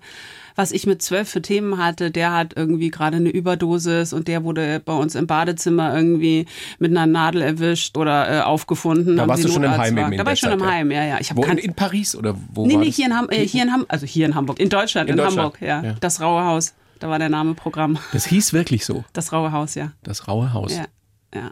S1: Was ich mit zwölf für Themen hatte, der hat irgendwie gerade eine Überdosis und der wurde bei uns im Badezimmer irgendwie mit einer Nadel erwischt oder äh, aufgefunden.
S2: Da
S1: Haben
S2: warst
S1: sie
S2: du schon im
S1: Notarzt
S2: Heim
S1: war.
S2: eben in
S1: Da war ich
S2: der
S1: schon im
S2: Zeit, ja.
S1: Heim, ja, ja. Ich hab
S2: Wo, in,
S1: kein-
S2: in Paris oder wo
S1: Nee,
S2: war
S1: nee,
S2: das?
S1: hier in, Ham äh, hier in Hamburg, also hier in Hamburg, in Deutschland,
S2: In
S1: in,
S2: Deutschland,
S1: Hamburg, ja.
S2: ja.
S1: Das Raue Haus, da war der Name Programm.
S2: Das hieß wirklich so,
S1: Das Raue Haus, ja.
S2: das raue Haus.
S1: Ja, ja.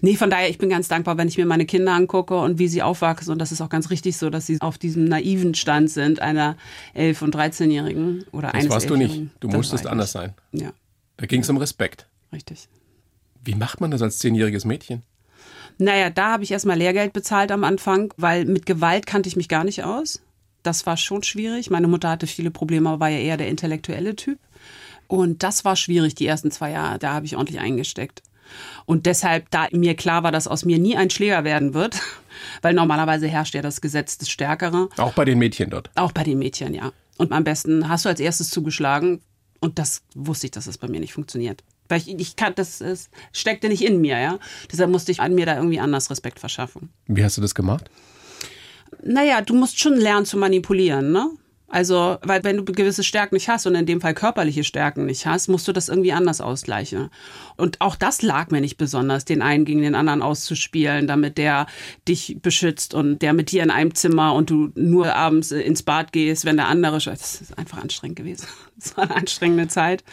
S1: Nee, von daher, ich bin ganz dankbar, wenn ich mir meine Kinder angucke und wie sie aufwachsen. Und das ist auch ganz richtig so, dass sie auf diesem naiven Stand sind, einer 11- und 13-Jährigen oder
S2: Das
S1: eines
S2: warst du nicht.
S1: 11-Jährigen.
S2: Du
S1: Das
S2: musstest
S1: war ich
S2: anders
S1: nicht.
S2: sein.
S1: Ja,
S2: Da ging es um Respekt.
S1: richtig.
S2: Wie macht man das als zehnjähriges Mädchen?
S1: Naja, da habe ich erstmal Lehrgeld bezahlt am Anfang, weil mit Gewalt kannte ich mich gar nicht aus. Das war schon schwierig. Meine Mutter hatte viele Probleme, aber war ja eher der intellektuelle Typ. Und das war schwierig, die ersten zwei Jahre. Da habe ich ordentlich eingesteckt. Und deshalb, da mir klar war, dass aus mir nie ein Schläger werden wird, (laughs) weil normalerweise herrscht ja das Gesetz des Stärkeren,
S2: Auch bei den Mädchen dort.
S1: auch bei den Mädchen, ja. Und am besten hast du als erstes zugeschlagen. Und das wusste ich, dass es bei mir nicht funktioniert. Weil ich, ich kann, das es steckte nicht in mir, ja. Deshalb musste ich an mir da irgendwie anders Respekt verschaffen.
S2: Wie hast du das gemacht?
S1: Naja, du musst schon lernen zu manipulieren, ne? Also, weil wenn du gewisse Stärken nicht hast und in dem Fall körperliche Stärken nicht hast, musst du das irgendwie anders ausgleichen. Und auch das lag mir nicht besonders, den einen gegen den anderen auszuspielen, damit der dich beschützt und der mit dir in einem Zimmer und du nur abends äh, ins Bad gehst, wenn der andere schläft. Das ist einfach anstrengend gewesen. (laughs) Das war eine anstrengende Zeit.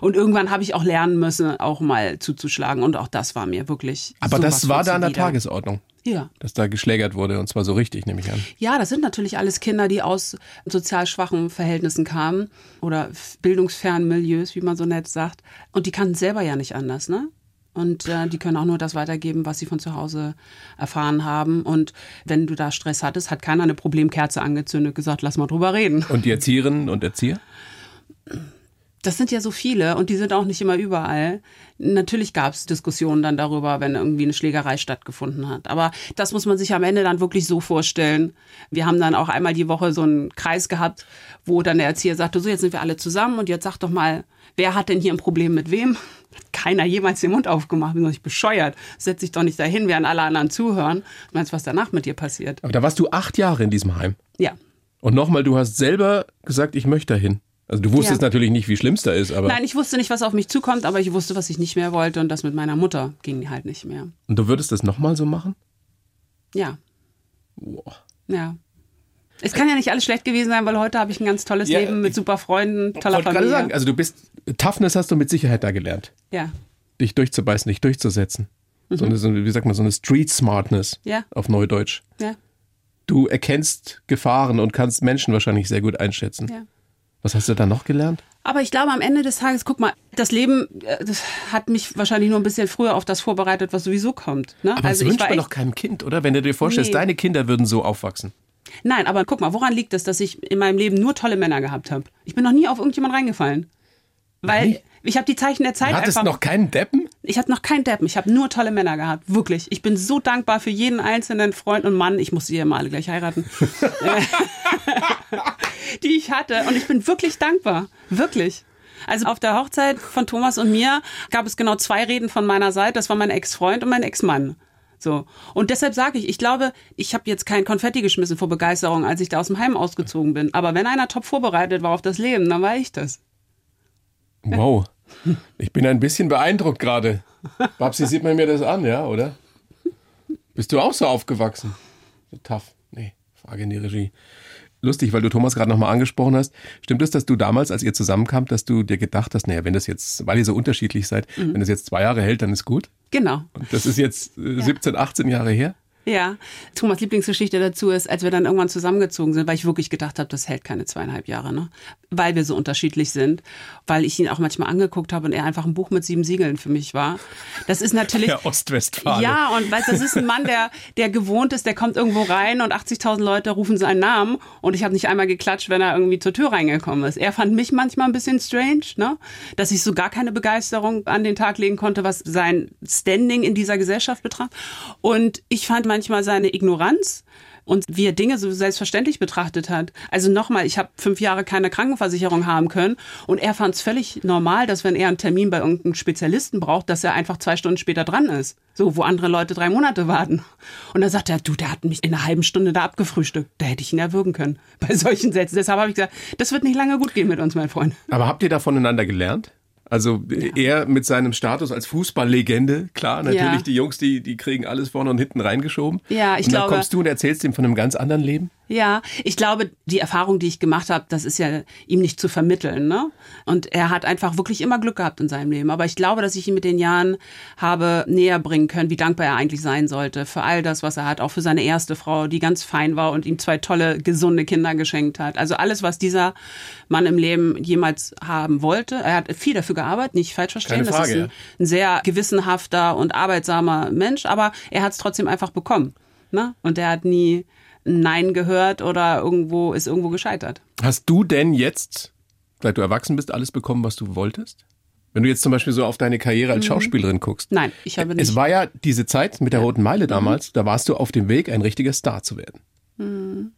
S1: Und irgendwann habe ich auch lernen müssen, auch mal zuzuschlagen. Und auch das war mir wirklich.
S2: Aber
S1: sowas
S2: das
S1: von
S2: war da an der
S1: zuwider.
S2: Tagesordnung.
S1: Ja.
S2: dass da geschlägert wurde und zwar so richtig, nehme ich an.
S1: Ja, das sind natürlich alles Kinder, die aus sozial schwachen Verhältnissen kamen oder f- bildungsfernen Milieus, wie man so nett sagt. Und die kannten selber ja nicht anders, ne? Und äh, die können auch nur das weitergeben, was sie von zu Hause erfahren haben. Und wenn du da Stress hattest, hat keiner eine Problemkerze angezündet, gesagt, lass mal drüber reden.
S2: Und die Erzieherinnen und Erzieher?
S1: Das sind ja so viele und die sind auch nicht immer überall. Natürlich gab es Diskussionen dann darüber, wenn irgendwie eine Schlägerei stattgefunden hat. Aber das muss man sich am Ende dann wirklich so vorstellen. Wir haben dann auch einmal die Woche so einen Kreis gehabt, wo dann der Erzieher sagte, so jetzt sind wir alle zusammen und jetzt sag doch mal, wer hat denn hier ein Problem mit wem? Hat keiner jemals den Mund aufgemacht, bin ich bescheuert. Setz dich doch nicht dahin, während alle anderen zuhören. Du meinst, was danach mit dir passiert?
S2: Aber da warst du acht Jahre in diesem Heim.
S1: Ja.
S2: Und nochmal, du hast selber gesagt, ich möchte dahin. Also du wusstest
S1: Ja.
S2: natürlich nicht, wie schlimm es da ist, aber
S1: Nein, ich wusste nicht, was auf mich zukommt, aber ich wusste, was ich nicht mehr wollte und das mit meiner Mutter ging halt nicht mehr.
S2: und du würdest das nochmal so machen?
S1: Ja.
S2: Boah.
S1: Ja. Es kann ja nicht alles schlecht gewesen sein, weil heute habe ich ein ganz tolles
S2: Ja,
S1: Leben mit super Freunden, toller
S2: Wollte gerade
S1: Familie.
S2: sagen, also du bist, Toughness hast du mit Sicherheit da gelernt.
S1: Ja.
S2: Dich durchzubeißen, dich durchzusetzen. So eine, so eine, wie sagt man, so eine Street Smartness
S1: Mhm. Ja.
S2: auf Neudeutsch.
S1: Ja,
S2: Du erkennst Gefahren und kannst Menschen wahrscheinlich sehr gut einschätzen.
S1: ja.
S2: Was hast du da noch gelernt?
S1: Aber ich glaube, am Ende des Tages, guck mal, das Leben äh, das hat mich wahrscheinlich nur ein bisschen früher auf das vorbereitet, was sowieso kommt. Ne?
S2: Aber das
S1: ich
S2: wünscht
S1: war
S2: man
S1: echt-
S2: doch keinem Kind, oder? Wenn du dir vorstellst,
S1: Nee.
S2: deine Kinder würden so aufwachsen.
S1: Nein, aber guck mal, woran liegt es, dass ich in meinem Leben nur tolle Männer gehabt habe? Ich bin noch nie auf irgendjemand reingefallen. Weil
S2: Nein.
S1: ich habe die Zeichen der Zeit
S2: Du hattest
S1: einfach.
S2: noch keinen Deppen?
S1: Ich habe noch keinen Deppen, ich habe nur tolle Männer gehabt, wirklich. Ich bin so dankbar für jeden einzelnen Freund und Mann, ich muss sie ja mal alle gleich heiraten, Äh, die ich hatte. Und ich bin wirklich dankbar, wirklich. Also auf der Hochzeit von Thomas und mir gab es genau zwei Reden von meiner Seite. Das war mein Ex-Freund und mein Ex-Mann. So. Und deshalb sage ich, ich glaube, ich habe jetzt kein Konfetti geschmissen vor Begeisterung, als ich da aus dem Heim ausgezogen bin. Aber wenn einer top vorbereitet war auf das Leben, dann war ich das.
S2: Wow. Ich bin ein bisschen beeindruckt gerade. Babsi, sieht man mir das an, ja, oder? Bist du auch so aufgewachsen? So tough. Nee, Frage in die Regie. Lustig, weil du Thomas gerade nochmal angesprochen hast. Stimmt es, dass du damals, als ihr zusammenkamt, dass du dir gedacht hast, naja, wenn das jetzt, weil ihr so unterschiedlich seid, wenn das jetzt zwei Jahre hält, dann ist gut?
S1: Genau.
S2: Und das ist jetzt äh, 17, 18 Jahre her?
S1: Ja, Thomas Lieblingsgeschichte dazu ist, als wir dann irgendwann zusammengezogen sind, weil ich wirklich gedacht habe, das hält keine zweieinhalb Jahre, ne? Weil wir so unterschiedlich sind, weil ich ihn auch manchmal angeguckt habe und er einfach ein Buch mit sieben Siegeln für mich war. Das ist natürlich
S2: Der Ostwestfalen.
S1: ja, und weißt, das ist ein Mann, der, der gewohnt ist, der kommt irgendwo rein und 80.000 Leute rufen seinen Namen und ich habe nicht einmal geklatscht, wenn er irgendwie zur Tür reingekommen ist. Er fand mich manchmal ein bisschen strange, ne? dass ich so gar keine Begeisterung an den Tag legen konnte, was sein Standing in dieser Gesellschaft betraf. Und ich fand manchmal seine Ignoranz und wie er Dinge so selbstverständlich betrachtet hat. Also nochmal, ich habe fünf Jahre keine Krankenversicherung haben können und er fand es völlig normal, dass wenn er einen Termin bei irgendeinem Spezialisten braucht, dass er einfach zwei Stunden später dran ist. So, wo andere Leute drei Monate warten. Und dann sagt er, du, der hat mich in einer halben Stunde da abgefrühstückt. Da hätte ich ihn erwürgen können bei solchen Sätzen. Deshalb habe ich gesagt, das wird nicht lange gut gehen mit uns, mein Freund.
S2: Aber habt ihr da voneinander gelernt? Also er mit seinem Status als Fußballlegende, klar, natürlich
S1: Ja.
S2: die Jungs, die, die kriegen alles vorne und hinten reingeschoben.
S1: Ja, ich
S2: und dann
S1: glaube-
S2: kommst du und erzählst ihm von einem ganz anderen Leben.
S1: Ja, ich glaube, die Erfahrung, die ich gemacht habe, das ist ja ihm nicht zu vermitteln. Ne? Und er hat einfach wirklich immer Glück gehabt in seinem Leben. Aber ich glaube, dass ich ihm mit den Jahren habe näher bringen können, wie dankbar er eigentlich sein sollte für all das, was er hat. Auch für seine erste Frau, die ganz fein war und ihm zwei tolle, gesunde Kinder geschenkt hat. Also alles, was dieser Mann im Leben jemals haben wollte. Er hat viel dafür gearbeitet, nicht falsch verstehen.
S2: Keine
S1: das
S2: Frage,
S1: ist ein,
S2: ja.
S1: ein sehr gewissenhafter und arbeitsamer Mensch, aber er hat es trotzdem einfach bekommen. Ne? Und er hat nie ein Nein gehört oder irgendwo ist irgendwo gescheitert.
S2: Hast du denn jetzt, seit du erwachsen bist, alles bekommen, was du wolltest? Wenn du jetzt zum Beispiel so auf deine Karriere als Schauspielerin guckst.
S1: Mhm. Nein, ich habe
S2: Es
S1: nicht. Mhm.
S2: war ja diese Zeit mit der Roten Meile damals, da warst du auf dem Weg, ein richtiger Star zu werden.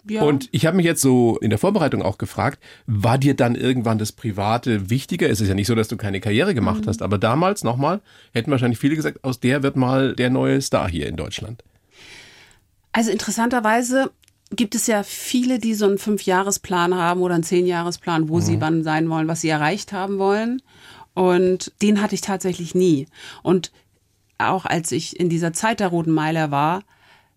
S1: Ja.
S2: Und ich habe mich jetzt so in der Vorbereitung auch gefragt, war dir dann irgendwann das Private wichtiger? Es ist ja nicht so, dass du keine Karriere gemacht
S1: Mhm.
S2: hast, aber damals nochmal hätten wahrscheinlich viele gesagt, aus der wird mal der neue Star hier in Deutschland.
S1: Also interessanterweise gibt es ja viele, die so einen Fünfjahresplan haben oder einen Zehnjahresplan, wo
S2: Mhm.
S1: sie wann sein wollen, was sie erreicht haben wollen. Und den hatte ich tatsächlich nie. Und auch als ich in dieser Zeit der Roten Meiler war,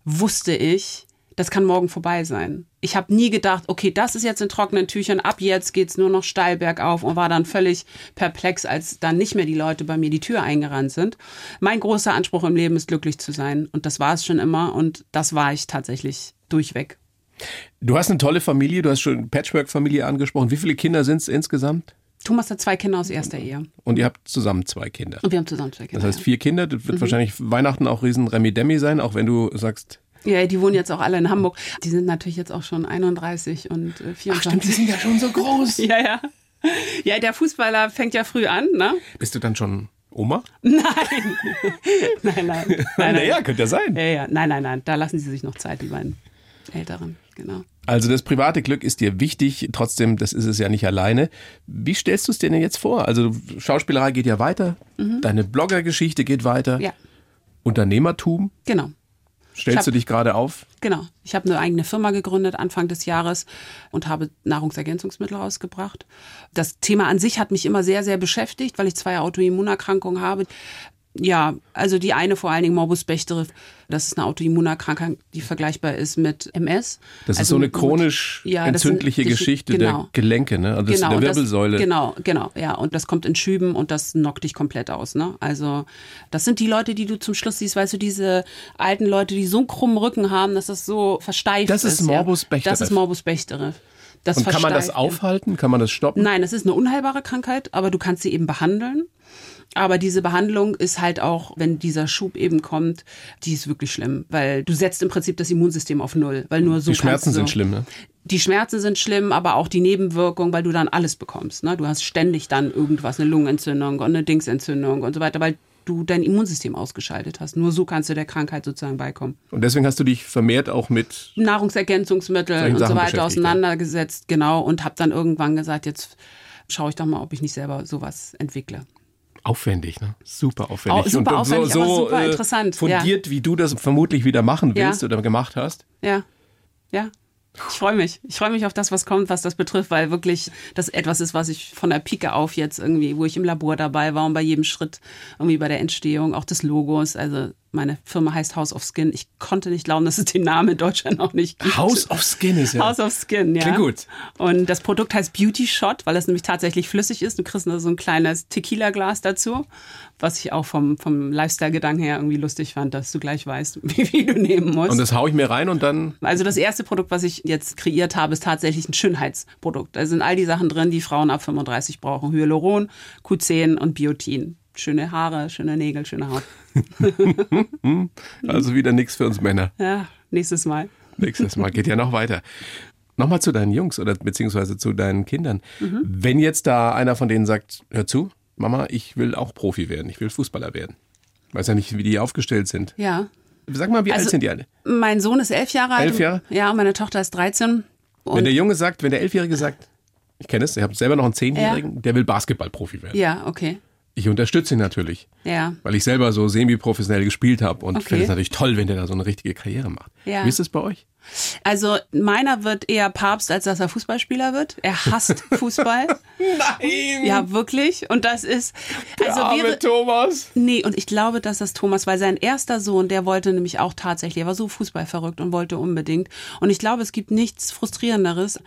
S1: wusste ich, das kann morgen vorbei sein. Ich habe nie gedacht, okay, das ist jetzt in trockenen Tüchern, ab jetzt geht's nur noch steil bergauf und war dann völlig perplex, als dann nicht mehr die Leute bei mir die Tür eingerannt sind. Mein großer Anspruch im Leben ist, glücklich zu sein und das war es schon immer und das war ich tatsächlich durchweg.
S2: Du hast eine tolle Familie, du hast schon Patchwork-Familie angesprochen. Wie viele Kinder sind es insgesamt?
S1: Thomas hat zwei Kinder aus erster Ehe.
S2: Und ihr habt zusammen zwei Kinder.
S1: Und wir haben zusammen zwei Kinder.
S2: Das heißt vier Kinder, das
S1: Mhm.
S2: wird wahrscheinlich Weihnachten auch riesen Remi-Demi sein, auch wenn du sagst,
S1: ja, die wohnen jetzt auch alle in Hamburg. Die sind natürlich jetzt auch schon 31 und äh, 24.
S2: ja schon so
S1: (laughs)
S2: groß.
S1: ja, ja. Ja, der Fußballer fängt ja früh an,
S2: (laughs)
S1: ne?
S2: Bist du dann schon Oma?
S1: Nein. nein, nein. nein, nein.
S2: Naja, könnte ja sein.
S1: Ja, ja. Nein, nein, nein. Da lassen sie sich noch Zeit, die beiden Älteren. Genau.
S2: Also das private Glück ist dir wichtig, trotzdem, das ist es ja nicht alleine. Wie stellst du es dir denn jetzt vor? Also Schauspielerei geht ja weiter, deine Bloggergeschichte geht weiter,
S1: Mhm. Ja,
S2: Unternehmertum,
S1: genau. Ich hab-
S2: stellst du dich gerade auf?
S1: Genau. Ich habe eine eigene Firma gegründet Anfang des Jahres und habe Nahrungsergänzungsmittel rausgebracht. Das Thema an sich hat mich immer sehr, sehr beschäftigt, weil ich zwei Autoimmunerkrankungen habe. Ja, also die eine vor allen Dingen Morbus Bechterew, das ist eine Autoimmunerkrankung, die vergleichbar ist mit MS.
S2: Das ist
S1: Also
S2: so eine
S1: mit-
S2: chronisch
S1: Ja, das sind-
S2: entzündliche
S1: das-
S2: Geschichte
S1: genau.
S2: der Gelenke, ne? Also das- der
S1: und
S2: Wirbelsäule.
S1: Das, genau, genau, ja. Und das kommt in Schüben und das knockt dich komplett aus. Ne? Also das sind die Leute, die du zum Schluss siehst, weißt du, diese alten Leute, die so einen krummen Rücken haben, dass das so versteift
S2: Das
S1: ist.
S2: ist Morbus
S1: Ja. Das
S2: Bechterew.
S1: ist Morbus Bechterew. Das
S2: Und kann man das
S1: versteift-
S2: aufhalten? Kann man das stoppen?
S1: Nein, es ist eine unheilbare Krankheit, aber du kannst sie eben behandeln. Aber diese Behandlung ist halt auch, wenn dieser Schub eben kommt, die ist wirklich schlimm, weil du setzt im Prinzip das Immunsystem auf Null, weil nur so
S2: Die Schmerzen
S1: kannst du,
S2: sind schlimm, ne?
S1: die Schmerzen sind schlimm, aber auch die Nebenwirkungen, weil du dann alles bekommst. Ne? Du hast ständig dann irgendwas, eine Lungenentzündung und eine Dingsentzündung und so weiter, weil du dein Immunsystem ausgeschaltet hast. Nur so kannst du der Krankheit sozusagen beikommen.
S2: Und deswegen hast du dich vermehrt auch mit
S1: Nahrungsergänzungsmittel
S2: Solchen
S1: und so
S2: Sachen
S1: weiter
S2: beschäftigt, ja.
S1: auseinandergesetzt, genau, und habe dann irgendwann gesagt, jetzt schaue ich doch mal, ob ich nicht selber sowas entwickle.
S2: aufwendig, ne? Super aufwendig.
S1: Au- Oh, super
S2: und, und
S1: aufwendig,
S2: so,
S1: aber
S2: so
S1: super
S2: äh,
S1: interessant, ja.
S2: fundiert, wie du das vermutlich wieder machen
S1: Ja.
S2: willst oder gemacht hast.
S1: Ja, ja. Ich freue mich. Ich freue mich auf das, was kommt, was das betrifft, weil wirklich das etwas ist, was ich von der Pike auf jetzt irgendwie, wo ich im Labor dabei war und bei jedem Schritt irgendwie bei der Entstehung, auch des Logos. Also meine Firma heißt House of Skin. Ich konnte nicht glauben, dass es den Namen in Deutschland noch nicht gibt.
S2: House of Skin ist ja.
S1: House of Skin, ja.
S2: Klingt gut.
S1: Und das Produkt heißt Beauty Shot, weil es nämlich tatsächlich flüssig ist. Du kriegst nur so ein kleines Tequila-Glas dazu, was ich auch vom, vom Lifestyle-Gedanken her irgendwie lustig fand, dass du gleich weißt, (laughs) wie viel du nehmen musst.
S2: und das hau ich mir rein und dann
S1: Also das erste Produkt, was ich jetzt kreiert habe, ist tatsächlich ein Schönheitsprodukt. Da sind all die Sachen drin, die Frauen ab 35 brauchen. Hyaluron, Q10 und Biotin. Schöne Haare, schöne Nägel, schöne Haut.
S2: also wieder nichts für uns Männer.
S1: Ja, nächstes Mal.
S2: Nächstes Mal geht ja noch weiter. Nochmal zu deinen Jungs oder beziehungsweise zu deinen Kindern.
S1: Mhm.
S2: Wenn jetzt da einer von denen sagt, hör zu, Mama, ich will auch Profi werden, ich will Fußballer werden. Weiß ja nicht, wie die aufgestellt sind.
S1: Ja.
S2: Sag mal, wie alt
S1: Also-
S2: sind die alle?
S1: Mein Sohn ist elf Jahre alt.
S2: Elf Jahre?
S1: Ja, und meine Tochter ist 13.
S2: Wenn
S1: Und
S2: der Junge sagt, wenn der Elfjährige sagt, ich kenne es, ich habe selber noch einen Zehnjährigen, der will Basketballprofi werden.
S1: ja, okay.
S2: Ich unterstütze ihn natürlich,
S1: Ja.
S2: weil ich selber so semi-professionell gespielt habe und
S1: Okay.
S2: finde es natürlich toll, wenn der da so eine richtige Karriere macht.
S1: Ja.
S2: Wie ist es bei euch?
S1: Also meiner wird eher Papst, als dass er Fußballspieler wird. Er hasst Fußball.
S2: (laughs) Nein!
S1: ja, wirklich. Und das ist. Also wäre,
S2: Thomas!
S1: Nee, und ich glaube, dass das Thomas, weil sein erster Sohn, der wollte nämlich auch tatsächlich, er war so fußballverrückt und wollte unbedingt. Und ich glaube, es gibt nichts Frustrierenderes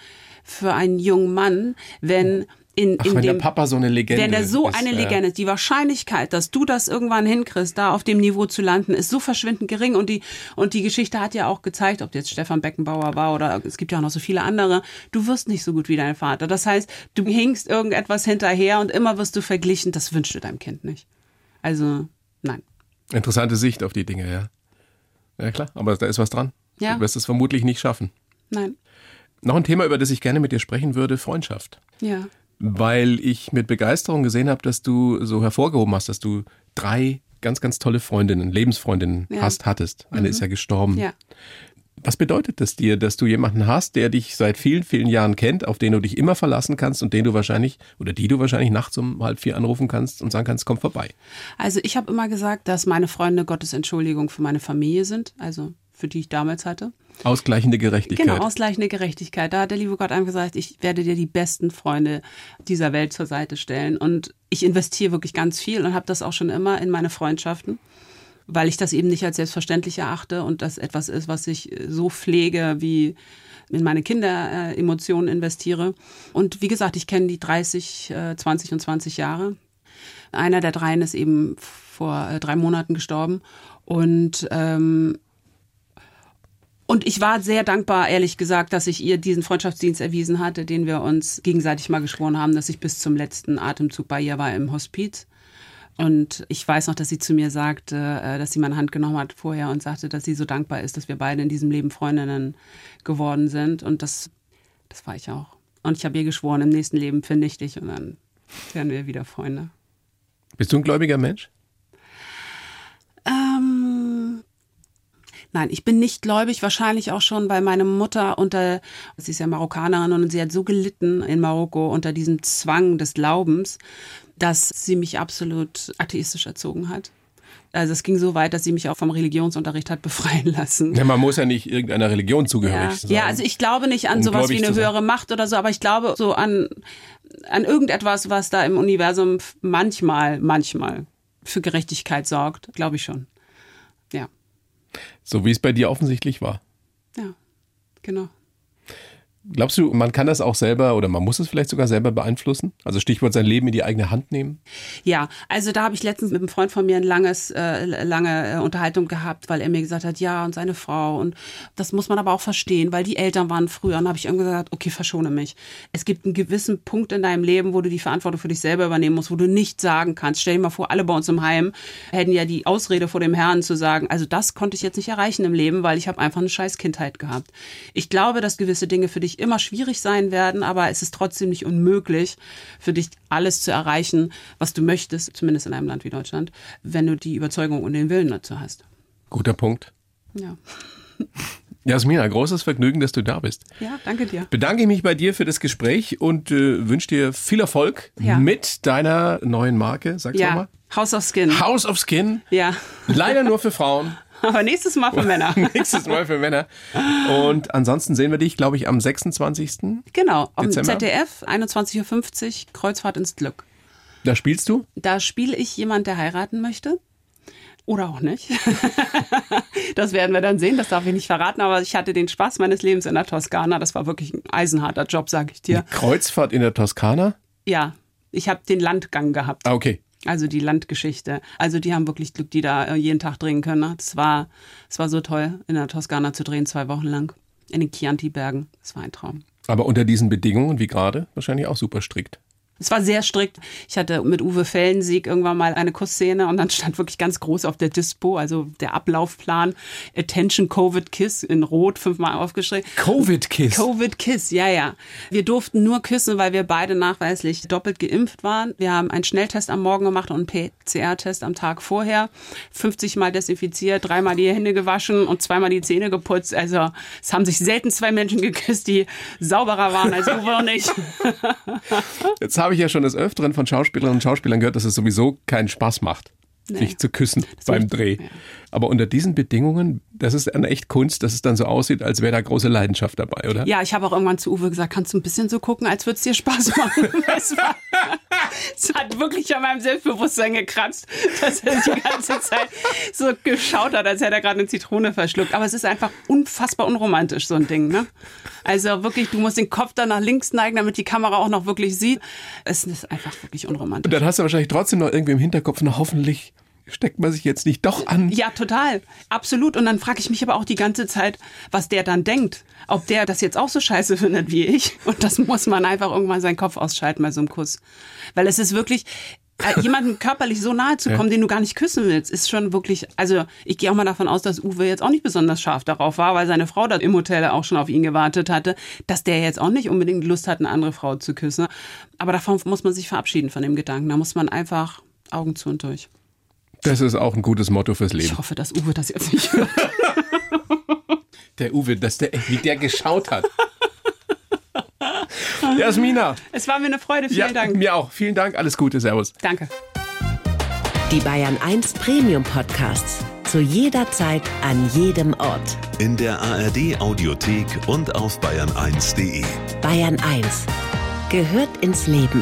S1: für einen jungen Mann, wenn in,
S2: Ach,
S1: in
S2: wenn
S1: dem,
S2: der Papa so eine Legende
S1: wenn der so
S2: ist,
S1: eine
S2: ja.
S1: Legende ist, die Wahrscheinlichkeit, dass du das irgendwann hinkriegst, da auf dem Niveau zu landen, ist so verschwindend gering. Und die, und die Geschichte hat ja auch gezeigt, ob jetzt Stefan Beckenbauer war oder es gibt ja auch noch so viele andere, du wirst nicht so gut wie dein Vater. Das heißt, du hinkst irgendetwas hinterher und immer wirst du verglichen. Das wünschst du deinem Kind nicht. Also, nein.
S2: Interessante Sicht auf die Dinge, ja. Ja klar, aber da ist was dran.
S1: Ja.
S2: Du wirst es vermutlich nicht schaffen.
S1: Nein.
S2: Noch ein Thema, über das ich gerne mit dir sprechen würde, Freundschaft.
S1: Ja.
S2: weil ich mit Begeisterung gesehen habe, dass du so hervorgehoben hast, dass du drei ganz, ganz tolle Freundinnen, Lebensfreundinnen
S1: Ja. Mhm.
S2: hast, hattest. Eine ist ja gestorben.
S1: Ja.
S2: Was bedeutet das dir, dass du jemanden hast, der dich seit vielen, vielen Jahren kennt, auf den du dich immer verlassen kannst und den du wahrscheinlich oder die du wahrscheinlich nachts um halb vier anrufen kannst und sagen kannst, komm vorbei.
S1: Also ich habe immer gesagt, dass meine Freunde Gottes Entschuldigung für meine Familie sind, also für die ich damals hatte.
S2: Ausgleichende Gerechtigkeit.
S1: Genau, ausgleichende Gerechtigkeit. Da hat der liebe Gott einem gesagt, ich werde dir die besten Freunde dieser Welt zur Seite stellen. Und ich investiere wirklich ganz viel und habe das auch schon immer in meine Freundschaften. weil ich das eben nicht als selbstverständlich erachte und das etwas ist, was ich so pflege wie in meine Kinderemotionen äh, Emotionen investiere. Und wie gesagt, ich kenne die 30, äh, 20 und 20 Jahre. Einer der dreien ist eben vor äh, drei Monaten gestorben. Und ähm, und ich war sehr dankbar, ehrlich gesagt, dass ich ihr diesen Freundschaftsdienst erwiesen hatte, den wir uns gegenseitig mal geschworen haben, dass ich bis zum letzten Atemzug bei ihr war im Hospiz. Und ich weiß noch, dass sie zu mir sagte, äh, dass sie meine Hand genommen hat vorher und sagte, dass sie so dankbar ist, dass wir beide in diesem Leben Freundinnen geworden sind. Und das, das war ich auch. Und ich habe ihr geschworen, im nächsten Leben finde ich dich und dann werden wir wieder Freunde.
S2: Bist du ein gläubiger Mensch?
S1: Ähm, Nein, ich bin nicht gläubig, wahrscheinlich auch schon, weil meine Mutter unter, sie ist ja Marokkanerin und sie hat so gelitten in Marokko unter diesem Zwang des Glaubens, dass sie mich absolut atheistisch erzogen hat. Also es ging so weit, dass sie mich auch vom Religionsunterricht hat befreien lassen.
S2: Ja, man muss ja nicht irgendeiner Religion zugehörig
S1: ja.
S2: sein.
S1: Ja, also ich glaube nicht an
S2: Um
S1: sowas
S2: gläubig
S1: wie eine
S2: zu sein.
S1: höhere Macht oder so, aber ich glaube so an, an irgendetwas, was da im Universum manchmal, manchmal für Gerechtigkeit sorgt, glaube ich schon. Ja,
S2: So wie es bei dir offensichtlich war.
S1: ja, genau.
S2: Glaubst du, man kann das auch selber oder man muss es vielleicht sogar selber beeinflussen? Also Stichwort sein Leben in die eigene Hand nehmen?
S1: Ja, also da habe ich letztens mit einem Freund von mir ein langes, äh, lange äh, Unterhaltung gehabt, weil er mir gesagt hat, ja, und seine Frau. Und das muss man aber auch verstehen, weil die Eltern waren früher. Und habe ich irgendwann gesagt, okay, verschone mich. Es gibt einen gewissen Punkt in deinem Leben, wo du die Verantwortung für dich selber übernehmen musst, wo du nicht sagen kannst. Stell dir mal vor, alle bei uns im Heim hätten ja die Ausrede vor dem Herrn zu sagen, also das konnte ich jetzt nicht erreichen im Leben, weil ich habe einfach eine scheiß Kindheit gehabt. Ich glaube, dass gewisse Dinge für dich immer schwierig sein werden, aber es ist trotzdem nicht unmöglich, für dich alles zu erreichen, was du möchtest, zumindest in einem Land wie Deutschland, wenn du die Überzeugung und den Willen dazu hast.
S2: Guter Punkt.
S1: Ja,
S2: Jasmina, großes Vergnügen, dass du da bist.
S1: ja danke dir.
S2: Bedanke ich mich bei dir für das Gespräch und äh, wünsche dir viel Erfolg
S1: Ja.
S2: mit deiner neuen Marke. Sag's
S1: Ja,
S2: nochmal.
S1: House of Skin.
S2: House of Skin.
S1: Ja,
S2: Leider nur für Frauen.
S1: aber nächstes Mal für (laughs) Männer.
S2: (laughs) Nächstes Mal für Männer. Und ansonsten sehen wir dich, glaube ich, am 26.
S1: Genau, am
S2: Dezember?
S1: ZDF, 21.50 Uhr, Kreuzfahrt ins Glück.
S2: Da spielst du?
S1: Da spiele ich jemand, der heiraten möchte. Oder auch nicht. (laughs) das werden wir dann sehen, das darf ich nicht verraten, aber ich hatte den Spaß meines Lebens in der Toskana. Das war wirklich ein eisenharter Job, sage ich dir.
S2: Kreuzfahrt in der Toskana?
S1: Ja, ich habe den Landgang gehabt,
S2: Ah, okay.
S1: also die Landgeschichte. Also die haben wirklich Glück, die da äh, jeden Tag drehen können. ne? Das war, das war so toll, in der Toskana zu drehen, zwei Wochen lang. In den Chianti-Bergen. Das war ein Traum.
S2: Aber unter diesen Bedingungen, wie gerade, wahrscheinlich auch super strikt.
S1: Es war sehr strikt. Ich hatte mit Uwe Fellensieg irgendwann mal eine Kussszene und dann stand wirklich ganz groß auf der Dispo, also der Ablaufplan, Attention Covid Kiss in Rot, fünfmal aufgeschrieben.
S2: Covid-Kiss.
S1: Covid Kiss, ja, ja. Wir durften nur küssen, weil wir beide nachweislich doppelt geimpft waren. Wir haben einen Schnelltest am Morgen gemacht und einen PCR-Test am Tag vorher. 50 Mal desinfiziert, dreimal die Hände gewaschen und zweimal die Zähne geputzt. Also es haben sich selten zwei Menschen geküsst, die sauberer waren als Uwe und ich.
S2: Jetzt habe ich ja schon des Öfteren von Schauspielerinnen und Schauspielern gehört, dass es sowieso keinen Spaß macht, sich zu küssen beim Dreh. Aber unter diesen Bedingungen, das ist eine echt Kunst, dass es dann so aussieht, als wäre da große Leidenschaft dabei, oder?
S1: Ja, ich habe auch irgendwann zu Uwe gesagt, kannst du ein bisschen so gucken, als würde es dir Spaß machen. (laughs) Es, war, es hat wirklich an meinem Selbstbewusstsein gekratzt, dass er die ganze Zeit so geschaut hat, als hätte er gerade eine Zitrone verschluckt. Aber es ist einfach unfassbar unromantisch, so ein Ding. Ne? Also wirklich, du musst den Kopf dann nach links neigen, damit die Kamera auch noch wirklich sieht. Es ist einfach wirklich unromantisch.
S2: Und dann hast du wahrscheinlich trotzdem noch irgendwie im Hinterkopf, na hoffentlich steckt man sich jetzt nicht doch an.
S1: Ja, total. Absolut. Und dann frage ich mich aber auch die ganze Zeit, was der dann denkt. Ob der das jetzt auch so scheiße findet wie ich. Und das muss man einfach irgendwann seinen Kopf ausschalten bei so einem Kuss. Weil es ist wirklich, äh, jemandem körperlich so nahe zu kommen, den du gar nicht küssen willst, ist schon wirklich, also ich gehe auch mal davon aus, dass Uwe jetzt auch nicht besonders scharf darauf war, weil seine Frau da im Hotel auch schon auf ihn gewartet hatte, dass der jetzt auch nicht unbedingt Lust hat, eine andere Frau zu küssen. Aber davon muss man sich verabschieden von dem Gedanken. Da muss man einfach Augen zu und durch.
S2: Das ist auch ein gutes Motto fürs Leben.
S1: Ich hoffe, dass Uwe das jetzt nicht hört.
S2: Der Uwe, dass der, wie der geschaut hat. (laughs) Jasmina,
S1: Es war mir eine Freude. Vielen
S2: ja,
S1: Dank.
S2: mir auch. Vielen Dank, alles Gute, Servus.
S1: Danke.
S4: Die Bayern 1 Premium Podcasts. Zu jeder Zeit, an jedem Ort.
S3: In der ARD Audiothek und auf bayern1.de.
S4: Bayern 1 gehört ins Leben.